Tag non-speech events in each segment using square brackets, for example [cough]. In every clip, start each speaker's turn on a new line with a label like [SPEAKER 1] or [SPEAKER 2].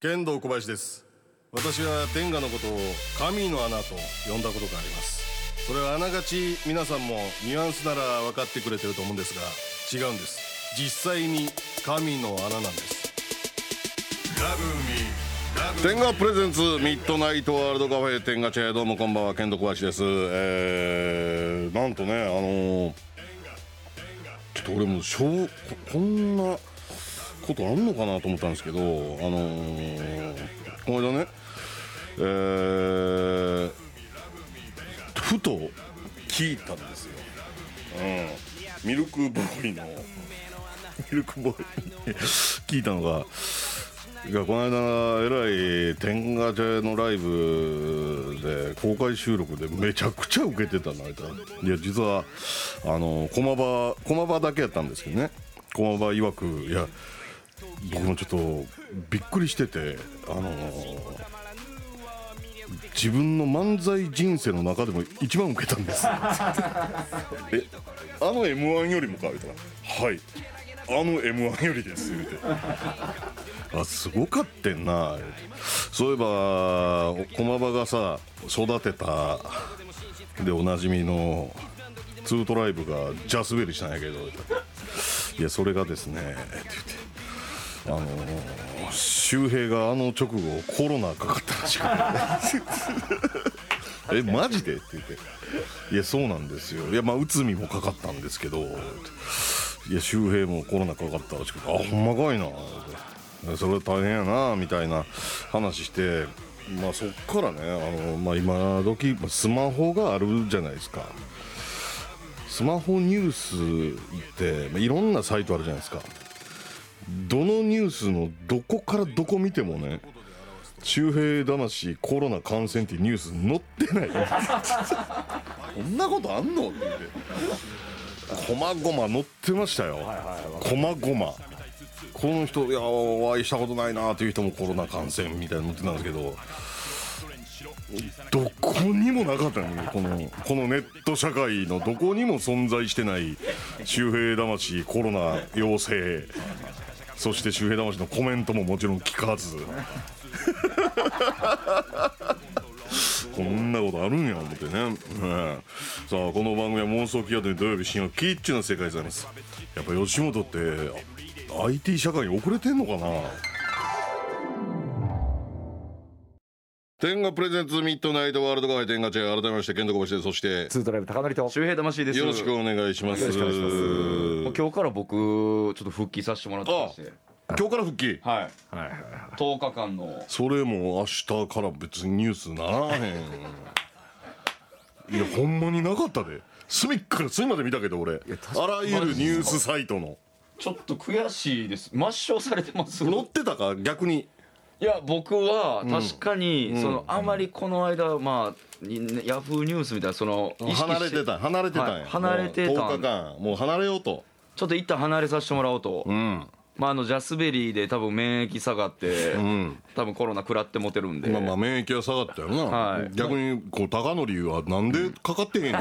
[SPEAKER 1] 剣道小林です私は天下のことを神の穴と呼んだことがありますそれはあながち皆さんもニュアンスなら分かってくれてると思うんですが違うんです実際に神の穴なんです天下プレゼンツミッドナイトワールドカフェ天下チェどうもこんばんは剣道小林ですえー、なんとねあのー、ちょっと俺もしょうここんなことあんのかなと思ったんですけど、あのー、この間ね、えー、ふと聞いたんですよ、うん、ミルクボーイのミルクボーイに聞いたのがいやこの間えらい天下茶のライブで公開収録でめちゃくちゃウケてたのあいついや実はあの駒場駒場だけやったんですけどね駒場曰くいや僕もちょっとびっくりしててあの自分の漫才人生の中でも一番受けたんですえあの m 1よりもか言うたら「はいあの m 1よりです」言うてあすごかってんな言うてそういえばお駒場がさ育てたでおなじみのツートライブがジャスベリしたんやけどいやそれがですねって言ってあのー周平があの直後コロナかかったらしくてえマジでって言っていやそうなんですよいやまあ内海もかかったんですけどいや周平もコロナかかったらしくてあほんまかいなそれ大変やなみたいな話してまあそっからねあの、まあ、今時まあスマホがあるじゃないですかスマホニュースって、まあ、いろんなサイトあるじゃないですかどのニュースのどこからどこ見てもね周平魂コロナ感染っていうニュース載ってないこんなことあんのって言ってこまごま載ってましたよこまごまこの人いやお会いしたことないなという人もコロナ感染みたいなの載ってたんですけどどこにもなかったのよこのこのネット社会のどこにも存在してない周平魂コロナ陽性そして周平魂のコメントももちろん聞かず
[SPEAKER 2] [laughs]
[SPEAKER 1] こんなことあるんや思ってね、うんさあこの番組は妄想企画で土曜日深夜キッチンの世界でございますやっぱ吉本ってあ IT 社会に遅れてんのかな天下プレゼンツミッドナイトワールドカフェ天下チェア改めまして剣道小林ですそして
[SPEAKER 2] ツードライブ高典と
[SPEAKER 3] 周平魂です
[SPEAKER 1] よろしくお願いします
[SPEAKER 2] よろしくお願いし
[SPEAKER 3] もう今日から僕ちょっと復帰させてもらってまして
[SPEAKER 1] 今日から復帰
[SPEAKER 3] はい
[SPEAKER 2] はいはい
[SPEAKER 3] 10日間の
[SPEAKER 1] それも明日から別にニュースならへ
[SPEAKER 3] [laughs]
[SPEAKER 1] んいやほんまになかったで隅っから隅まで見たけど俺あらゆるニュースサイトの
[SPEAKER 3] ちょっと悔しいです抹消されてます
[SPEAKER 1] 載ってたか逆に
[SPEAKER 3] いや僕は確かに、そのあまりこの間まあにヤフーニュースみたいなその意識して
[SPEAKER 1] 離れてた離れてたんや、
[SPEAKER 3] はい離れてたん
[SPEAKER 1] もう10日間もう離れようと
[SPEAKER 3] ちょっと一旦離れさせてもらおうと、
[SPEAKER 1] うん
[SPEAKER 3] まああのジャスベリーで多分免疫下がって、
[SPEAKER 1] ん
[SPEAKER 3] 多分コロナ食らってモテるんで、
[SPEAKER 1] まあまあ免疫は下がったよな、
[SPEAKER 3] はい
[SPEAKER 1] 逆にこう高典はなんでかかってへん
[SPEAKER 3] [laughs]
[SPEAKER 1] の、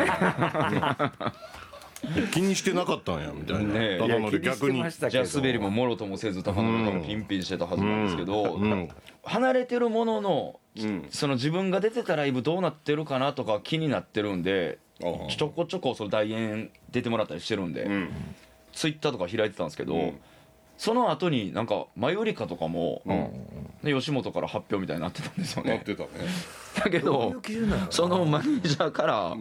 [SPEAKER 1] 気にしてなかったんやみたいな、
[SPEAKER 3] ねえ
[SPEAKER 1] 高典逆に
[SPEAKER 2] いや気してましたけど
[SPEAKER 3] ジャスベリーももろともせず高野もピンピンしてたはずなんですけど、
[SPEAKER 1] うん
[SPEAKER 3] 離れてるものの、その自分が出てたライブどうなってるかなとか気になってるんで
[SPEAKER 1] ああ
[SPEAKER 3] ちょこちょこその代演出てもらったりしてるんで、
[SPEAKER 1] ん
[SPEAKER 3] ツイッターとか開いてたんですけど、
[SPEAKER 1] ん
[SPEAKER 3] その後になんか「マユリカ」とかも、で吉本から発表みたいになってたんですよ
[SPEAKER 1] なっ
[SPEAKER 3] ね。
[SPEAKER 1] てたね
[SPEAKER 3] だけどそのマネージャーから、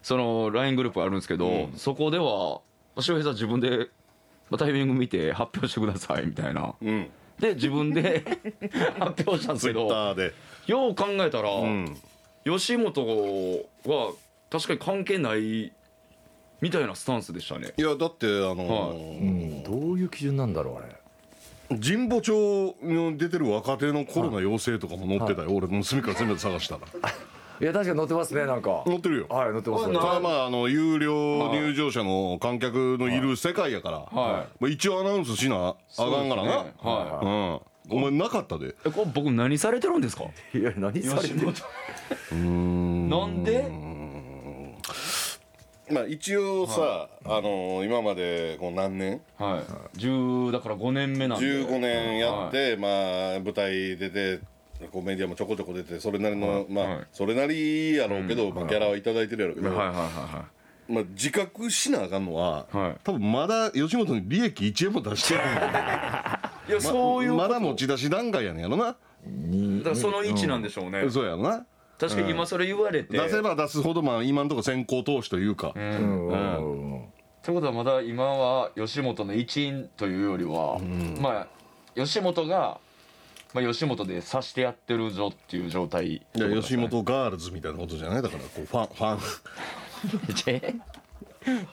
[SPEAKER 3] その LINE グループあるんですけど、そこでは「周平さん自分でまあタイミング見て発表してください」みたいな。
[SPEAKER 1] うん
[SPEAKER 3] で自分で [laughs] 発表したんです
[SPEAKER 1] ツイ
[SPEAKER 3] け
[SPEAKER 1] ッ
[SPEAKER 3] ど
[SPEAKER 1] ターで
[SPEAKER 3] よう考えたら、
[SPEAKER 1] うん
[SPEAKER 3] 吉本は確かに関係ないみたいなスタンスでしたね
[SPEAKER 1] いやだってあの
[SPEAKER 3] はい
[SPEAKER 2] うんどういう基準なんだろうあれ
[SPEAKER 1] 神保町の出てる若手のコロナ陽性とかも載ってたよ、俺もう隅から隅まで探
[SPEAKER 3] [laughs]
[SPEAKER 1] したら
[SPEAKER 2] いや確かに乗ってますねなんか
[SPEAKER 1] 載ってるよ
[SPEAKER 2] はい乗ってます
[SPEAKER 1] まあまああの有料入場者の観客のいる世界やから、
[SPEAKER 3] は
[SPEAKER 1] まあ一応アナウンスしなあかんからな、
[SPEAKER 3] そうですねは
[SPEAKER 1] うん、お前なかったで
[SPEAKER 3] いえこれ僕何されてるんですか
[SPEAKER 2] いや何されてる
[SPEAKER 3] 本なんで
[SPEAKER 1] まあ一応さ、あの今までこう何年
[SPEAKER 3] はい10だから5年目なんで
[SPEAKER 1] 15年やって、まあ舞台出てこうメディアもちょこちょこ出てそれなりの、まあ、
[SPEAKER 3] はい
[SPEAKER 1] それなりやろうけど、まあ、ギャラはいただいてるやろうけ
[SPEAKER 3] はい
[SPEAKER 1] ど、
[SPEAKER 3] はいは
[SPEAKER 1] まあ、自覚しなあかんのは、
[SPEAKER 3] はい
[SPEAKER 1] 多分まだ吉本に利益1円も出してない
[SPEAKER 3] いいやそういう
[SPEAKER 1] まだ持ち出し段階やねんやろな、
[SPEAKER 3] だからその位置なんでしょうね
[SPEAKER 1] そうやろな
[SPEAKER 3] 確かに今それ言われて
[SPEAKER 1] 出せば出すほどまあ今のところ先行投資というか、
[SPEAKER 2] うんうんうん
[SPEAKER 3] ということはまだ今は吉本の一員というよりは、まあ吉本が、まあ、吉本で指してやってるぞっていう状態
[SPEAKER 1] いや吉本ガールズみたいなことじゃないだからこうファンファン
[SPEAKER 3] [laughs]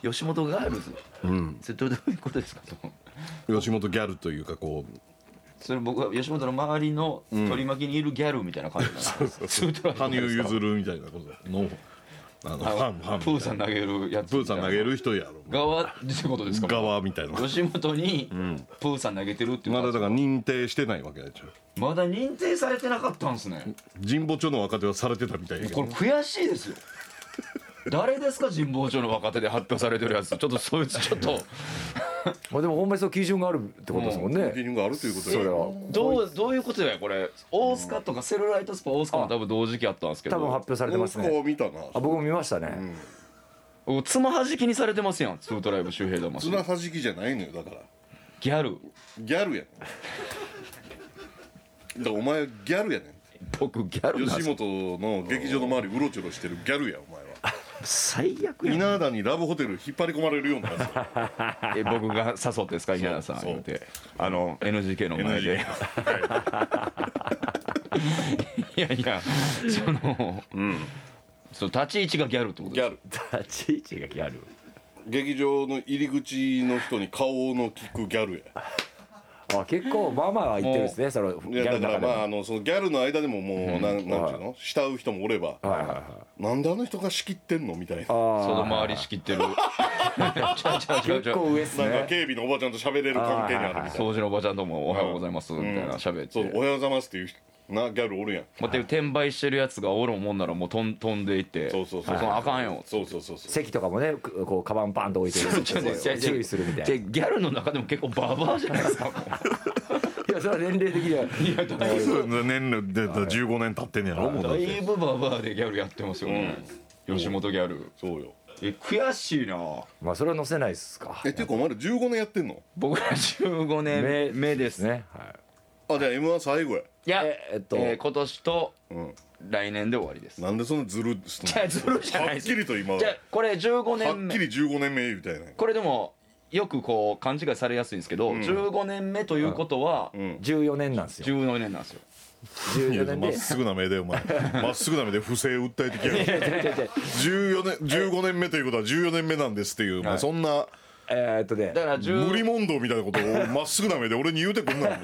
[SPEAKER 3] 吉本ガールズ、うん、 [laughs] それどういうことですかと
[SPEAKER 1] 吉本ギャルというかこ
[SPEAKER 3] それ僕は吉本の周りの取り巻きにいるギャルみたいな感
[SPEAKER 1] [laughs]
[SPEAKER 3] じだな、
[SPEAKER 1] う
[SPEAKER 3] そういうことなん
[SPEAKER 1] 羽
[SPEAKER 3] で
[SPEAKER 1] 生
[SPEAKER 3] すか
[SPEAKER 1] 結弦みたいなことだのあのファンファン
[SPEAKER 3] プーさん投げるやつ
[SPEAKER 1] プーさん投げ
[SPEAKER 3] る
[SPEAKER 1] る人やろ
[SPEAKER 3] 側ってことですか
[SPEAKER 1] 側みたいな
[SPEAKER 3] 吉本にプーさん投げてるっていう
[SPEAKER 1] ま
[SPEAKER 3] の
[SPEAKER 1] だ
[SPEAKER 3] は
[SPEAKER 1] だから認定してないわけでしょ
[SPEAKER 3] まだ認定されてなかったんですね
[SPEAKER 1] 神保町の若手はされてたみたいやけ
[SPEAKER 3] こ
[SPEAKER 1] ど
[SPEAKER 3] れ悔しいですよ [laughs] 誰ですか神保町の若手で発表されてるやつちょっとそいつちょっ
[SPEAKER 1] [laughs]
[SPEAKER 3] と
[SPEAKER 2] まあでもほんまにそう基準があるってことですもん
[SPEAKER 1] リ
[SPEAKER 2] ね
[SPEAKER 1] ングあるということ
[SPEAKER 2] それは
[SPEAKER 3] どうどういうことやこれ大須賀とかセルライトスパ大須賀も多分同時期あったんですけど
[SPEAKER 2] 多分発表されてますね
[SPEAKER 1] を見たな
[SPEAKER 2] あ僕も見ましたね
[SPEAKER 3] おつまはじきにされてますやんツートライブ周平
[SPEAKER 1] つ
[SPEAKER 3] 魂
[SPEAKER 1] なはじきじゃないのよだから
[SPEAKER 3] ギャル
[SPEAKER 1] ギャルやねんだからお前はギャルやね
[SPEAKER 3] 僕ギャル
[SPEAKER 1] ん
[SPEAKER 3] なん
[SPEAKER 1] 吉
[SPEAKER 3] です
[SPEAKER 1] 本の劇場の周りうろちょろしてるギャルやお前は
[SPEAKER 3] 最
[SPEAKER 1] [laughs]
[SPEAKER 3] 悪やん
[SPEAKER 1] 稲田にラブホテル引っ張り込まれるようなやつ
[SPEAKER 3] え僕が誘ってですか稲田さん
[SPEAKER 1] そう
[SPEAKER 3] 言うてあの NGK [laughs] の前でいやいやそのその立ち位置がギャルってこと
[SPEAKER 1] ギ
[SPEAKER 3] です
[SPEAKER 1] ャル
[SPEAKER 2] 立ち位置がギャル
[SPEAKER 1] 劇場の入り口の人に顔の聞くギャルや
[SPEAKER 2] あ結構まあまあ言ってるんですねそのギ
[SPEAKER 1] いや
[SPEAKER 2] ャル
[SPEAKER 1] だから
[SPEAKER 2] の中で
[SPEAKER 1] まあ
[SPEAKER 2] も
[SPEAKER 1] あのそのギャルの間でももうなんなんていうの慕う人もおれば
[SPEAKER 2] はいはいはい
[SPEAKER 1] なんであの人が仕切ってんのみたいな
[SPEAKER 3] そ
[SPEAKER 2] あ
[SPEAKER 3] の周り仕切って
[SPEAKER 1] [laughs]
[SPEAKER 3] るちゃうちゃうちゃうち
[SPEAKER 2] 結
[SPEAKER 3] ゃう
[SPEAKER 2] 構上っす
[SPEAKER 1] なんか
[SPEAKER 2] ね
[SPEAKER 1] 警備のおばちゃんと喋れる関係にあるみたいな
[SPEAKER 3] 掃除のおばちゃんとも「おはようございます」みたいな喋っ
[SPEAKER 1] そう
[SPEAKER 3] て。
[SPEAKER 1] おはようございますっていうなギャルおるやん
[SPEAKER 3] また転売してるやつがおるもんならもうとん飛んでいって
[SPEAKER 1] そうそうそう
[SPEAKER 3] のあかんよ
[SPEAKER 1] そうそうそうそう
[SPEAKER 2] 席とかもねくこうカバンバンと置いてる
[SPEAKER 3] 違う違う違う
[SPEAKER 2] 注意するみたいな
[SPEAKER 3] 違うギャルの中でも結構ババアじゃないです
[SPEAKER 1] [laughs]
[SPEAKER 3] かも
[SPEAKER 2] いやそれは年齢的には
[SPEAKER 3] ういやだいぶ
[SPEAKER 1] 年齢で15年経ってんねやろも
[SPEAKER 3] だいぶババアでギャルやってますよね、吉本ギャル
[SPEAKER 1] そうよ
[SPEAKER 3] え悔しいな
[SPEAKER 2] まあそれは載せないっすか
[SPEAKER 1] えっていうかお前ら15年やってんの
[SPEAKER 3] 僕ら15年目ですね
[SPEAKER 2] ねはい
[SPEAKER 1] あじゃあ m 1最後や
[SPEAKER 3] いや
[SPEAKER 2] え
[SPEAKER 3] え
[SPEAKER 2] えっと
[SPEAKER 3] ー今年と
[SPEAKER 1] うん
[SPEAKER 3] 来年で終わりです
[SPEAKER 1] なんでそんなずるすんの
[SPEAKER 3] いやずるじゃない
[SPEAKER 1] は
[SPEAKER 3] で
[SPEAKER 1] っ
[SPEAKER 3] す
[SPEAKER 1] きりと今は
[SPEAKER 3] じゃあこれ15
[SPEAKER 1] は
[SPEAKER 3] 年
[SPEAKER 1] っ
[SPEAKER 3] 目
[SPEAKER 1] きり15年目みたいな
[SPEAKER 3] これでもよくこう勘違いされやすいんですけど、15年目ということは
[SPEAKER 1] うん
[SPEAKER 2] 14年なんですよ
[SPEAKER 3] 14年なんですよ、
[SPEAKER 1] い
[SPEAKER 2] 14
[SPEAKER 1] や
[SPEAKER 2] 年
[SPEAKER 1] まっ
[SPEAKER 2] です
[SPEAKER 1] ぐな目でお前
[SPEAKER 3] [laughs]
[SPEAKER 1] まっすぐな目で不正訴えてきやがる
[SPEAKER 2] 違う違う違う
[SPEAKER 1] 14年15年目ということは14年目なんですっていう、まあ、そんな
[SPEAKER 2] えーっとね
[SPEAKER 3] だから10
[SPEAKER 1] 無理問答みたいなことをまっすぐな目で俺に言うてくんなよ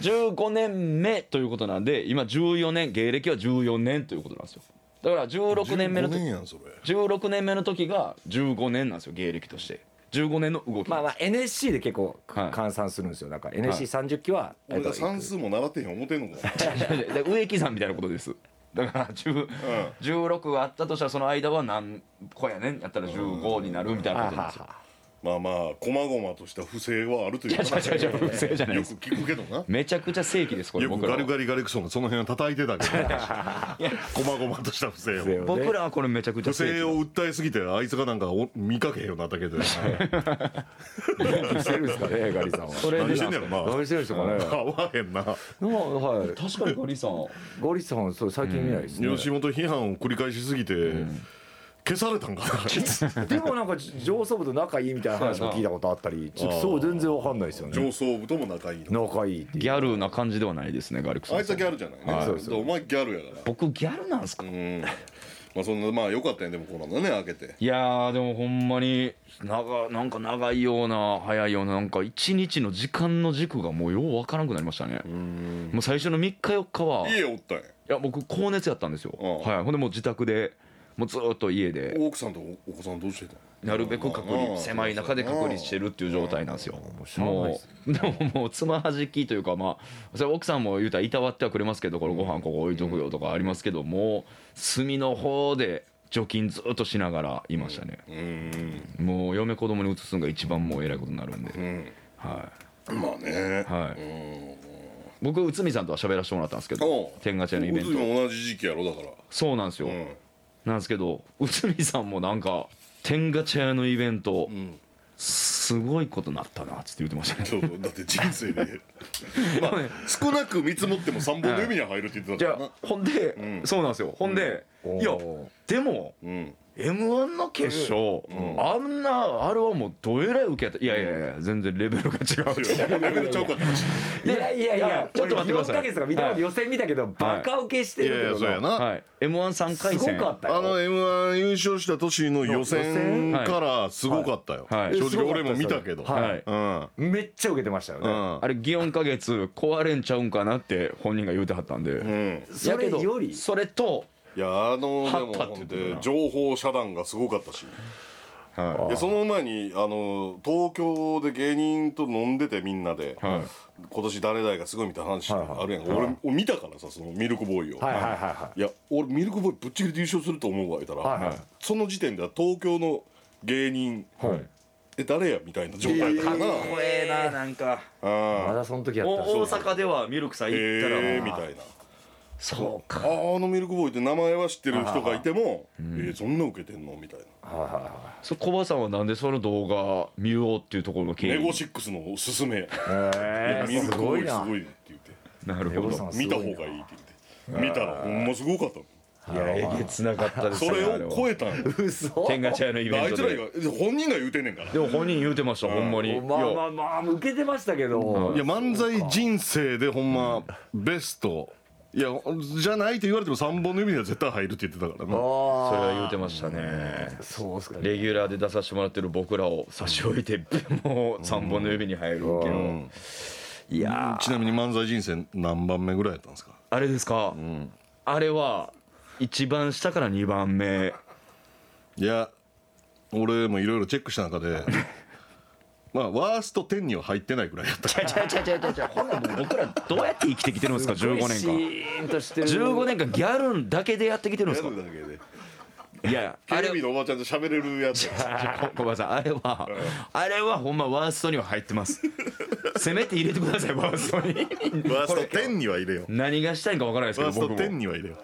[SPEAKER 3] 15年目ということなんで今14年芸歴は14年ということなんですよだから16年目の
[SPEAKER 1] 15年
[SPEAKER 3] 時
[SPEAKER 1] やんそれ
[SPEAKER 3] 16年目の時が15年なんですよ芸歴として15年の動き、
[SPEAKER 2] まあまあ NSC で結構
[SPEAKER 3] はい
[SPEAKER 2] 換算するんですよなんか NSC30 期はえ
[SPEAKER 1] 俺
[SPEAKER 2] っと
[SPEAKER 1] が算数も習ってへん思てんのか
[SPEAKER 3] [laughs] で植木さんみたいなことですだから10 16があったとしたらその間は何個やねんやったら15になるみたいなことなんですよ
[SPEAKER 1] まあまあこまごまとした不正はあるというか
[SPEAKER 3] 違う違う違う不正じゃない
[SPEAKER 1] よ
[SPEAKER 3] で
[SPEAKER 1] く
[SPEAKER 3] す
[SPEAKER 1] 聞くけどな
[SPEAKER 3] めちゃくちゃ正規ですこれ
[SPEAKER 1] よ
[SPEAKER 3] 僕
[SPEAKER 1] く
[SPEAKER 3] ら
[SPEAKER 1] ガ
[SPEAKER 3] は
[SPEAKER 1] リガリガリクソンがその辺を叩いてたけど
[SPEAKER 3] [laughs]
[SPEAKER 1] こまごまとした不正を
[SPEAKER 3] 僕らはこれめちゃくちゃ
[SPEAKER 1] 不
[SPEAKER 3] 正
[SPEAKER 1] 正
[SPEAKER 3] 規
[SPEAKER 1] を訴えすぎてあいつがなんかお見かけへんようになった
[SPEAKER 3] [laughs]
[SPEAKER 1] けど何
[SPEAKER 2] してるんですかね [laughs] ガリさんは
[SPEAKER 3] それ
[SPEAKER 1] してんねやろな
[SPEAKER 2] 何してるんですかね
[SPEAKER 1] 合わへんな
[SPEAKER 3] [laughs]
[SPEAKER 2] まあはい
[SPEAKER 3] 確かにガリさん
[SPEAKER 2] ガリさんそう最近見ないですね
[SPEAKER 1] 吉本批判を繰り返しすぎて、消されたんか
[SPEAKER 3] [laughs]
[SPEAKER 1] な
[SPEAKER 2] でもなんか上層部と仲いいみたいな話も聞いたことあったりちょっとそう全然わかんないですよね
[SPEAKER 1] 上層部とも仲いいの
[SPEAKER 2] 仲いいっていう
[SPEAKER 3] ギャルな感じではないですねガリクソ
[SPEAKER 1] あ
[SPEAKER 3] ン
[SPEAKER 1] いつ
[SPEAKER 3] さ
[SPEAKER 1] は
[SPEAKER 3] ん
[SPEAKER 1] ギャルじゃないね、
[SPEAKER 2] はい
[SPEAKER 1] そうそうお前ギャルやから
[SPEAKER 3] 僕ギャルなんすか
[SPEAKER 1] うんまあそんなまあよかったねでもこんなのね開けて
[SPEAKER 3] いやーでもほんまに長なんか長いような早いようななんか一日の時間の軸がもうようわからなくなりましたねもう最初の3日4日はい
[SPEAKER 1] 家おったんや
[SPEAKER 3] や僕高熱やったんですよ
[SPEAKER 1] うん
[SPEAKER 3] はいほんでもう自宅でもうずーっと家で
[SPEAKER 1] 奥さんとおお子さんどうしてたの
[SPEAKER 3] なるべく隔離狭い中で隔離してるっていう状態なんですよ
[SPEAKER 2] しゃあないっ
[SPEAKER 3] も
[SPEAKER 2] す
[SPEAKER 3] うでももうつまはじきというかまあそれ奥さんも言うたらいたわってはくれますけどこれご飯ここ置いとくよとかありますけどもう隅の方で除菌ずっとしながらいましたね、
[SPEAKER 1] うん
[SPEAKER 3] もう嫁子供に移すのが一番もうえらいことになるんで、
[SPEAKER 1] うん
[SPEAKER 3] は
[SPEAKER 1] まあね
[SPEAKER 3] いはい、僕内海さんとは喋らせてもらったんですけ
[SPEAKER 1] おう
[SPEAKER 3] ど天下茶屋のイベント
[SPEAKER 1] 大津も同じ時期やろだから
[SPEAKER 3] そうなんですよ、
[SPEAKER 1] うん
[SPEAKER 3] なんですけど内海さんもなんか天下茶屋のイベント、
[SPEAKER 1] ん
[SPEAKER 3] すごいことなったなっつって言ってましたね
[SPEAKER 1] そうそうだって人生
[SPEAKER 3] [laughs]
[SPEAKER 1] で [laughs] まあ少なく見積もっても3本の指に入るって言って
[SPEAKER 3] じ
[SPEAKER 1] た
[SPEAKER 3] ゃ
[SPEAKER 1] からな
[SPEAKER 3] あほんで、
[SPEAKER 1] うん
[SPEAKER 3] そうなんですよほんで、
[SPEAKER 2] うん
[SPEAKER 3] いや
[SPEAKER 2] お
[SPEAKER 3] でも
[SPEAKER 1] うん
[SPEAKER 3] m 1の決勝、あんなあれはもうどえらい受けたいやいやいや全然レベルが違う
[SPEAKER 1] いやレベルちゃうかった話
[SPEAKER 2] いやいやいや
[SPEAKER 3] ちょっと待ってください
[SPEAKER 2] 4ヶ月とか見たこと予選見たけどバカ受けしてるけどな
[SPEAKER 1] な
[SPEAKER 3] はい m 1三回
[SPEAKER 2] すご
[SPEAKER 3] 戦
[SPEAKER 2] かった
[SPEAKER 1] あの
[SPEAKER 2] よ
[SPEAKER 1] m 1優勝した年の予選からすごかったよ、
[SPEAKER 3] はいはい
[SPEAKER 1] 正直俺も見たけど、
[SPEAKER 2] はい
[SPEAKER 3] はい
[SPEAKER 1] うん
[SPEAKER 2] めっちゃ受けてましたよ
[SPEAKER 1] う
[SPEAKER 2] ね
[SPEAKER 1] ん
[SPEAKER 3] あれ祇園か月壊れんちゃうんかなって本人が言うてはったんで、
[SPEAKER 1] うん
[SPEAKER 2] それより
[SPEAKER 3] それと、
[SPEAKER 1] いやあのでも
[SPEAKER 3] はったって
[SPEAKER 1] 本
[SPEAKER 3] 言っ
[SPEAKER 1] 当
[SPEAKER 3] てた
[SPEAKER 1] に
[SPEAKER 3] な
[SPEAKER 1] 情報遮断がすごかったし
[SPEAKER 3] はい
[SPEAKER 1] やその前にあの東京で芸人と飲んでてみんなで、
[SPEAKER 3] いはい
[SPEAKER 1] 今年誰々がすごいみたいな話
[SPEAKER 2] はいはい
[SPEAKER 1] あるやんか、俺俺見たからさそのミルクボーイを、
[SPEAKER 2] はいはいはいはい
[SPEAKER 1] や俺ミルクボーイぶっちぎりで優勝すると思うわ言ったら、
[SPEAKER 2] はいはい
[SPEAKER 1] その時点では東京の芸人
[SPEAKER 2] いはい
[SPEAKER 1] え誰やみたいな状態だからな、
[SPEAKER 3] 怖えななんか
[SPEAKER 2] ま
[SPEAKER 1] あ
[SPEAKER 2] だその時やったんです
[SPEAKER 3] お
[SPEAKER 2] よ
[SPEAKER 3] 大阪ではミルクさん
[SPEAKER 1] ー
[SPEAKER 3] 行ったら、
[SPEAKER 1] えー、みたいな
[SPEAKER 3] そう
[SPEAKER 1] あ
[SPEAKER 3] か
[SPEAKER 1] ーあのミルクボーイって名前は知ってる人がいても、えー、そんな受けてんのみたいな
[SPEAKER 2] はいはいはい
[SPEAKER 3] そ小林さんはなんでその動画見ようっていうところの経
[SPEAKER 1] ネゴ
[SPEAKER 3] 緯
[SPEAKER 1] シックスのおすすめ
[SPEAKER 2] え
[SPEAKER 1] ミル
[SPEAKER 2] す
[SPEAKER 1] クボ
[SPEAKER 2] ご
[SPEAKER 1] ー
[SPEAKER 2] い
[SPEAKER 1] イ
[SPEAKER 2] な
[SPEAKER 1] すごいって言って
[SPEAKER 3] なるほ
[SPEAKER 2] ネゴさん
[SPEAKER 3] ど
[SPEAKER 2] はすごい
[SPEAKER 1] 見た
[SPEAKER 2] な
[SPEAKER 1] 方がいいって言って見たらほんますごかったの
[SPEAKER 3] いやえげつなかったです
[SPEAKER 1] そ
[SPEAKER 3] よ
[SPEAKER 1] れ
[SPEAKER 3] あ
[SPEAKER 1] を超
[SPEAKER 3] は
[SPEAKER 1] えたんよ
[SPEAKER 2] 嘘
[SPEAKER 3] 天下茶屋のイ
[SPEAKER 1] あ
[SPEAKER 3] ベ
[SPEAKER 1] いつ
[SPEAKER 3] ント
[SPEAKER 1] ら
[SPEAKER 3] で
[SPEAKER 1] が本人が言うてんねんから
[SPEAKER 3] でも本人言うてました、ほんまに、
[SPEAKER 2] まあま
[SPEAKER 3] い
[SPEAKER 2] あまあ受けてましたけど、
[SPEAKER 1] いや漫才人生でほんまベストいやじゃないと言われても3本の指には絶対入るって言ってたからな
[SPEAKER 3] や
[SPEAKER 2] あ
[SPEAKER 3] それは
[SPEAKER 2] あ
[SPEAKER 3] 言うてましたね
[SPEAKER 2] そうっすかね
[SPEAKER 3] レギュラーで出させてもらってる僕らを差し置いて [laughs] もう3本の指に入るけど、いやー
[SPEAKER 1] ちなみに漫才人生何番目ぐらいやったんですか
[SPEAKER 3] あれですか、あれは一番下から2番目
[SPEAKER 1] いや俺もいろいろチェックした中でまあワースト10には入ってないぐらいやった
[SPEAKER 3] ちゃちゃちゃちゃちゃちゃほんなもう僕らどうやって生きてきてるんですか15年
[SPEAKER 2] シ
[SPEAKER 3] 間
[SPEAKER 2] ーンとしてる
[SPEAKER 3] 15年間ギャルだけでやってきてるんですか
[SPEAKER 1] [laughs]
[SPEAKER 3] いやあれ
[SPEAKER 1] のおばちゃんと喋れるやつ
[SPEAKER 3] 小林さんあれはあれはほんまワーストには入ってますせめて入れてくださいワーストに [laughs]
[SPEAKER 1] [laughs] ワースト10には入れよう
[SPEAKER 3] 何がしたいんかわからないですけ
[SPEAKER 1] ワ
[SPEAKER 3] ど
[SPEAKER 1] ースト
[SPEAKER 3] 僕も
[SPEAKER 1] 10には入れよ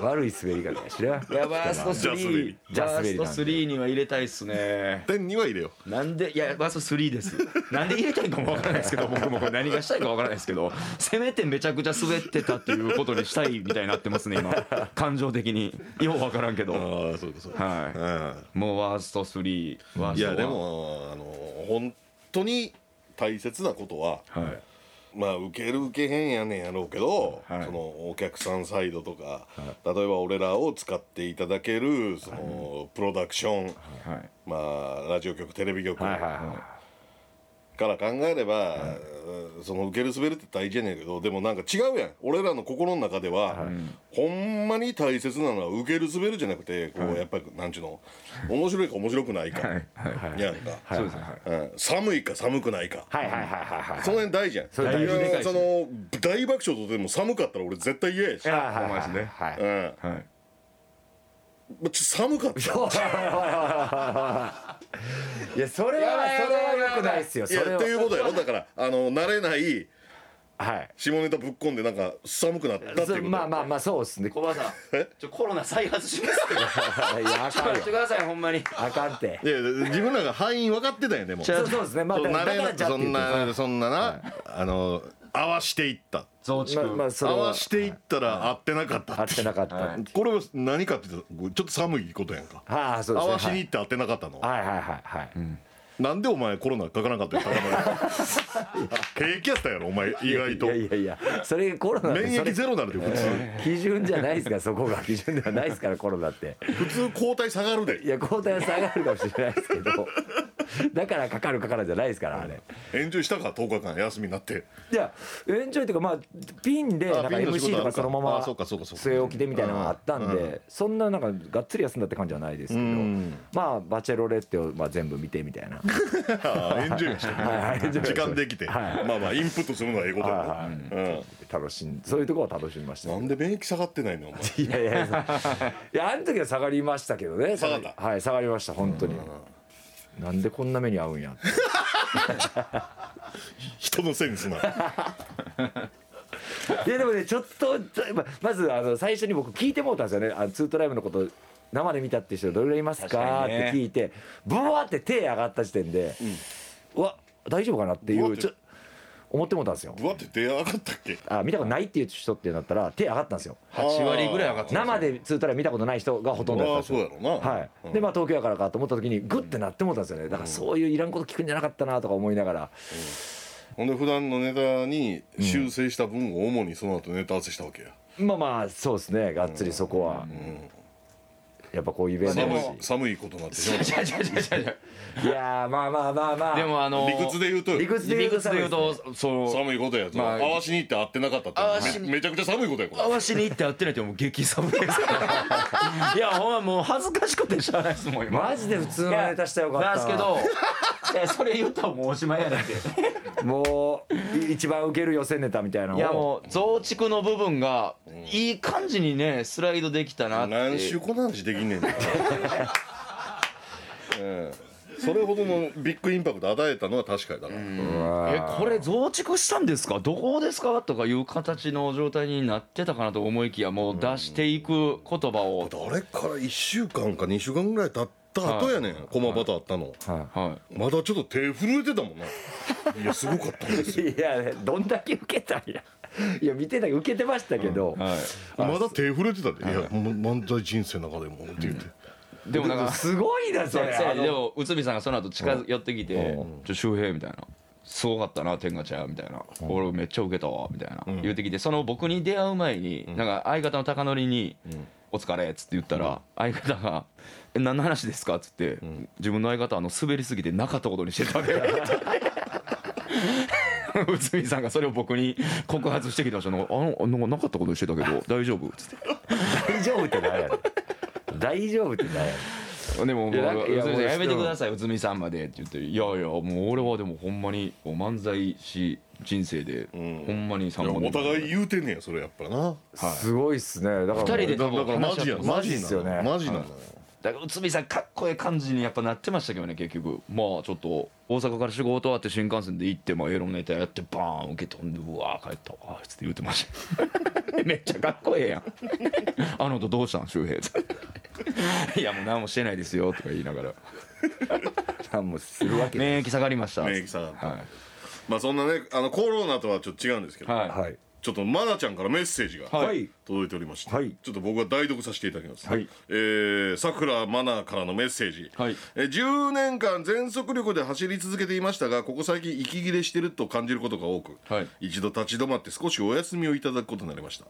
[SPEAKER 2] 悪い滑り方やしな
[SPEAKER 3] やワースト
[SPEAKER 1] ジャスベ
[SPEAKER 3] 3
[SPEAKER 1] リ
[SPEAKER 3] ジャ
[SPEAKER 2] ジャスベ
[SPEAKER 3] ス
[SPEAKER 2] リなんで
[SPEAKER 3] ト3には入れたいっすね
[SPEAKER 1] う10には入れよ
[SPEAKER 3] なんでいやワースト3ですなんで入れたいんかもわからないですけど僕もこれ何がしたいかわからないですけどせめてめちゃくちゃ滑ってたっていうことにしたいみたいになってますね今感情的にようわからんけ
[SPEAKER 1] う
[SPEAKER 3] ど
[SPEAKER 1] ああそうかそうか
[SPEAKER 3] は
[SPEAKER 1] うん
[SPEAKER 3] いもうワースト3ワースト1
[SPEAKER 1] いやでもあの本当に大切なことは
[SPEAKER 3] はい
[SPEAKER 1] まあ受ける受けへんやねんやろうけど、
[SPEAKER 3] はい
[SPEAKER 1] そのお客さんサイドとか、例えば俺らを使っていただけるその、プロダクション、
[SPEAKER 3] はい
[SPEAKER 1] まあラジオ局テレビ局
[SPEAKER 2] はいはい
[SPEAKER 1] か
[SPEAKER 2] は
[SPEAKER 1] ら考えれば、うんその受ける滑るって大事やねんけどでもなんか違うやん俺らの心の中では、ほんまに大切なのは受ける滑るじゃなくてこう、やっぱりなんちゅうの面白いか面白くないか、
[SPEAKER 3] はいはい
[SPEAKER 1] やんか。
[SPEAKER 3] そうですねはい
[SPEAKER 1] うん寒いか寒くないか、
[SPEAKER 2] いはいはいはいはいはい
[SPEAKER 1] その辺大事やん
[SPEAKER 2] それ大事
[SPEAKER 1] いや
[SPEAKER 3] でかいし
[SPEAKER 1] その大爆笑とでも寒かったら俺絶対嫌やし、
[SPEAKER 2] はいはい
[SPEAKER 3] お前ですね
[SPEAKER 2] はい
[SPEAKER 1] うんま
[SPEAKER 3] はい
[SPEAKER 1] あち寒かった
[SPEAKER 2] おいおいおいおい [laughs] おいいやそれはそれは良くないですよ
[SPEAKER 1] い
[SPEAKER 2] そ
[SPEAKER 1] や
[SPEAKER 2] れ
[SPEAKER 1] っていう
[SPEAKER 2] は
[SPEAKER 1] ことやろだからあの慣れない
[SPEAKER 2] はい
[SPEAKER 1] 下ネタぶっ込んでなんか寒くなったっていうこと
[SPEAKER 2] そまあまあまあそうですねい
[SPEAKER 3] 小
[SPEAKER 2] [laughs]
[SPEAKER 3] 林さんちょコロナ再発しますけど
[SPEAKER 2] やあかんよ
[SPEAKER 3] てくださいほんまに
[SPEAKER 2] あかんって
[SPEAKER 1] いや自分らが敗因分かってたんやでも
[SPEAKER 3] ちゃ
[SPEAKER 2] そうそうですねまあ
[SPEAKER 1] そう
[SPEAKER 2] だだ
[SPEAKER 1] 慣
[SPEAKER 2] か
[SPEAKER 1] れな
[SPEAKER 2] ら
[SPEAKER 1] い
[SPEAKER 2] じゃあ
[SPEAKER 1] そ
[SPEAKER 2] ってい
[SPEAKER 1] ん
[SPEAKER 2] うこと
[SPEAKER 1] なそんなな、あの合わしていった
[SPEAKER 3] 増
[SPEAKER 2] まあまあそ
[SPEAKER 1] 合
[SPEAKER 2] れは
[SPEAKER 1] わしていったら合ってなかった
[SPEAKER 2] 合
[SPEAKER 1] っ
[SPEAKER 2] っててなかったは
[SPEAKER 1] これは何かって言ったらちょっと寒いことやんか
[SPEAKER 2] あそうです
[SPEAKER 1] 合
[SPEAKER 2] ね
[SPEAKER 1] わしに行って合ってなかったの、
[SPEAKER 2] はいはいはいはい
[SPEAKER 1] なんでお前コロナかからなかったよ
[SPEAKER 2] [laughs]
[SPEAKER 1] 景気やったやろお前意外と
[SPEAKER 2] いやいやいやそれコロナ
[SPEAKER 1] 免
[SPEAKER 2] そ
[SPEAKER 1] 疫
[SPEAKER 2] れ
[SPEAKER 1] ゼロなるで普通
[SPEAKER 2] 基準じゃないですからそこが基準ではないですからコロナって
[SPEAKER 1] 普通抗体下がる
[SPEAKER 2] い
[SPEAKER 1] で
[SPEAKER 2] や抗体は下がるかもしれないですけどだからかかるかからじゃないですからあれ
[SPEAKER 1] 炎上したか10日間休みになって
[SPEAKER 2] いやエンジョイというかまあピンで
[SPEAKER 1] あ
[SPEAKER 2] なんか
[SPEAKER 1] ピンの仕事
[SPEAKER 2] MC とかそのまま
[SPEAKER 1] あそうかそうかそうか
[SPEAKER 2] 据え置きでみたいなのがあったん
[SPEAKER 1] うん
[SPEAKER 2] でそんななんかがっつり休んだって感じはないですけど
[SPEAKER 1] うん
[SPEAKER 2] まあバチェロレッテをまあ全部見てみたいな
[SPEAKER 1] あ [laughs] ーエンジョイがした
[SPEAKER 2] はいはいエンジョイが
[SPEAKER 1] 時
[SPEAKER 2] した
[SPEAKER 1] 間できて、
[SPEAKER 2] はい
[SPEAKER 1] まあまあインプットするのはええことやね
[SPEAKER 2] はいはい
[SPEAKER 1] うん
[SPEAKER 2] 楽しんそういうところは楽しみました
[SPEAKER 1] なんで免疫下がってないのお
[SPEAKER 2] [laughs]
[SPEAKER 1] 前 [laughs]
[SPEAKER 2] いやいやいやいやあの時は下がりましたけどね
[SPEAKER 1] 下がった
[SPEAKER 2] はい下がりました本当になんでこんな目に遭うんやって
[SPEAKER 1] 人のせいにすな
[SPEAKER 2] いやでもねちょっとままずあの最初に僕聞いてもうたんですよねあのツートライブのこと生で見たって人どれぐらいいます
[SPEAKER 3] 確
[SPEAKER 2] か
[SPEAKER 3] かにね
[SPEAKER 2] って聞いてブワーって手上がった時点で、うわ大丈夫かなってい
[SPEAKER 1] ブワー
[SPEAKER 2] う
[SPEAKER 1] って
[SPEAKER 2] ちょ思ってもうたんですよ
[SPEAKER 1] ぶわって出上がったっけ
[SPEAKER 2] あ見たことないっていう人ってなったら手上がったんですよ
[SPEAKER 3] 8割ぐらい上がってます
[SPEAKER 2] 生でツートライブ見たことない人がほとんどだった
[SPEAKER 1] あ
[SPEAKER 2] ん
[SPEAKER 1] あ
[SPEAKER 2] ですよ
[SPEAKER 1] そうやろうな
[SPEAKER 2] はい、
[SPEAKER 1] うん
[SPEAKER 2] でまあ東京やからかと思った時にグッてなってもうたんですよねだからそういういらんこと聞くんじゃなかったなとか思いながら
[SPEAKER 1] ほんで普段のネタに修正した分を主にその後ネタ合わせしたわけや、
[SPEAKER 2] まあまあそうですねがっつりそこはやっぱこういうイベント
[SPEAKER 1] 寒
[SPEAKER 2] だ
[SPEAKER 1] い
[SPEAKER 2] し
[SPEAKER 1] 寒いことになってしまっ
[SPEAKER 3] 違う違う違う違う
[SPEAKER 2] いやーまあまあまあまあ
[SPEAKER 3] でもあの
[SPEAKER 1] た理屈で言うと
[SPEAKER 2] 理屈で
[SPEAKER 3] 理
[SPEAKER 2] 言うと
[SPEAKER 3] 屈で言うとそう
[SPEAKER 1] 寒いことやと、
[SPEAKER 3] まあ
[SPEAKER 1] 合わしに行って会ってなかったって
[SPEAKER 3] 合わし
[SPEAKER 1] めめちゃくちゃ寒いことやこれ
[SPEAKER 3] 合わしに行って会ってないってもう激寒ですからいやほんまもう恥ずかしくてしゃあないですもん今
[SPEAKER 2] マジで普通のネタしたらよかった
[SPEAKER 3] なんですけ [laughs] どいやそれ言ったらもうおしまいやねんって
[SPEAKER 2] もうい一番ウケる予選ネタみたいない
[SPEAKER 3] や
[SPEAKER 2] のを
[SPEAKER 3] もう増築の部分がいい感じにねスライドできたなって
[SPEAKER 1] 何週この話できん [laughs] ねんなええそれほどのビッグインパクト与えたのは確かにだな、
[SPEAKER 3] えこれ増築したんですかどこですかとかいう形の状態になってたかなと思いきやもう出していく言葉を、
[SPEAKER 1] 誰から1週間か2週間ぐらい経った後やねん、駒場とあったの、
[SPEAKER 2] は
[SPEAKER 3] は
[SPEAKER 1] まだちょっと手震えてたもんないやすごかったんですよ
[SPEAKER 2] いいやねどんだけウケたんやいや見てたけどウケてましたけど
[SPEAKER 3] い、は
[SPEAKER 1] [laughs] まだ手震えてたで、い、やもう漫才人生の中でもって言って、
[SPEAKER 3] い、でもなんか
[SPEAKER 2] すごいなそ
[SPEAKER 3] そう
[SPEAKER 2] れ
[SPEAKER 3] そう
[SPEAKER 2] あの
[SPEAKER 3] でも内海さんがその後近寄ってきて「ちょ周平」みたいな「すごかったな天下ちゃん」みたいな「俺めっちゃウケたわ」みたいな言ってきてその僕に出会う前になんか相方の貴教に「お疲れ」っつって言ったら相方が「え何の話ですか?」っつって自分の相方あの滑りすぎてなかったことにしてた [laughs] わけ内海さんがそれを僕に告発してきたんですよなんかあのなんかなかったことにしてたけど大丈夫?」っつって
[SPEAKER 2] 大丈夫ってなんやねん大丈夫ってなんやねん
[SPEAKER 3] でももう
[SPEAKER 2] いやなんかいや
[SPEAKER 3] や
[SPEAKER 2] もう
[SPEAKER 3] やめてください内海さんまでって言って「いやいやもう俺はでもほんまにもう漫才師人生で
[SPEAKER 1] ん
[SPEAKER 3] ほんまに3
[SPEAKER 1] いや
[SPEAKER 3] 本
[SPEAKER 1] お互い言うてんねやそれやっぱな
[SPEAKER 2] すごいっすねだから
[SPEAKER 3] 二人で
[SPEAKER 1] だだからマジやマ
[SPEAKER 2] マジ
[SPEAKER 1] ジ
[SPEAKER 2] っ
[SPEAKER 1] な
[SPEAKER 2] す
[SPEAKER 1] の
[SPEAKER 2] よね
[SPEAKER 1] マジなのよ、
[SPEAKER 3] だから内海さんかっこいい感じにやっぱなってましたけどね結局まあちょっと大阪から仕事終わって新幹線で行ってまあエロネタやってバーン受け飛んでうわー帰ったわーっつって言ってました [laughs] めっちゃかっこええやんあのとどうしたん周平さんいやもう何もしてない [laughs] ですよとか言いながら
[SPEAKER 2] なんもするわけ
[SPEAKER 3] 免疫下がりました
[SPEAKER 1] 免疫下がった
[SPEAKER 3] はい
[SPEAKER 1] まあそんなねあのコロナとはちょっと違うんですけど、
[SPEAKER 3] はい
[SPEAKER 2] はい
[SPEAKER 1] ちょっとマナちゃんからメッセージが
[SPEAKER 2] はい
[SPEAKER 1] 届いておりまして、
[SPEAKER 2] はい
[SPEAKER 1] ちょっと僕が代読させていただきます、
[SPEAKER 2] はい
[SPEAKER 1] えーさくらマナからのメッセージ、
[SPEAKER 3] はい
[SPEAKER 1] えー10年間全速力で走り続けていましたがここ最近息切れしてると感じることが多く、
[SPEAKER 3] はい
[SPEAKER 1] 一度立ち止まって少しお休みをいただくことになりました、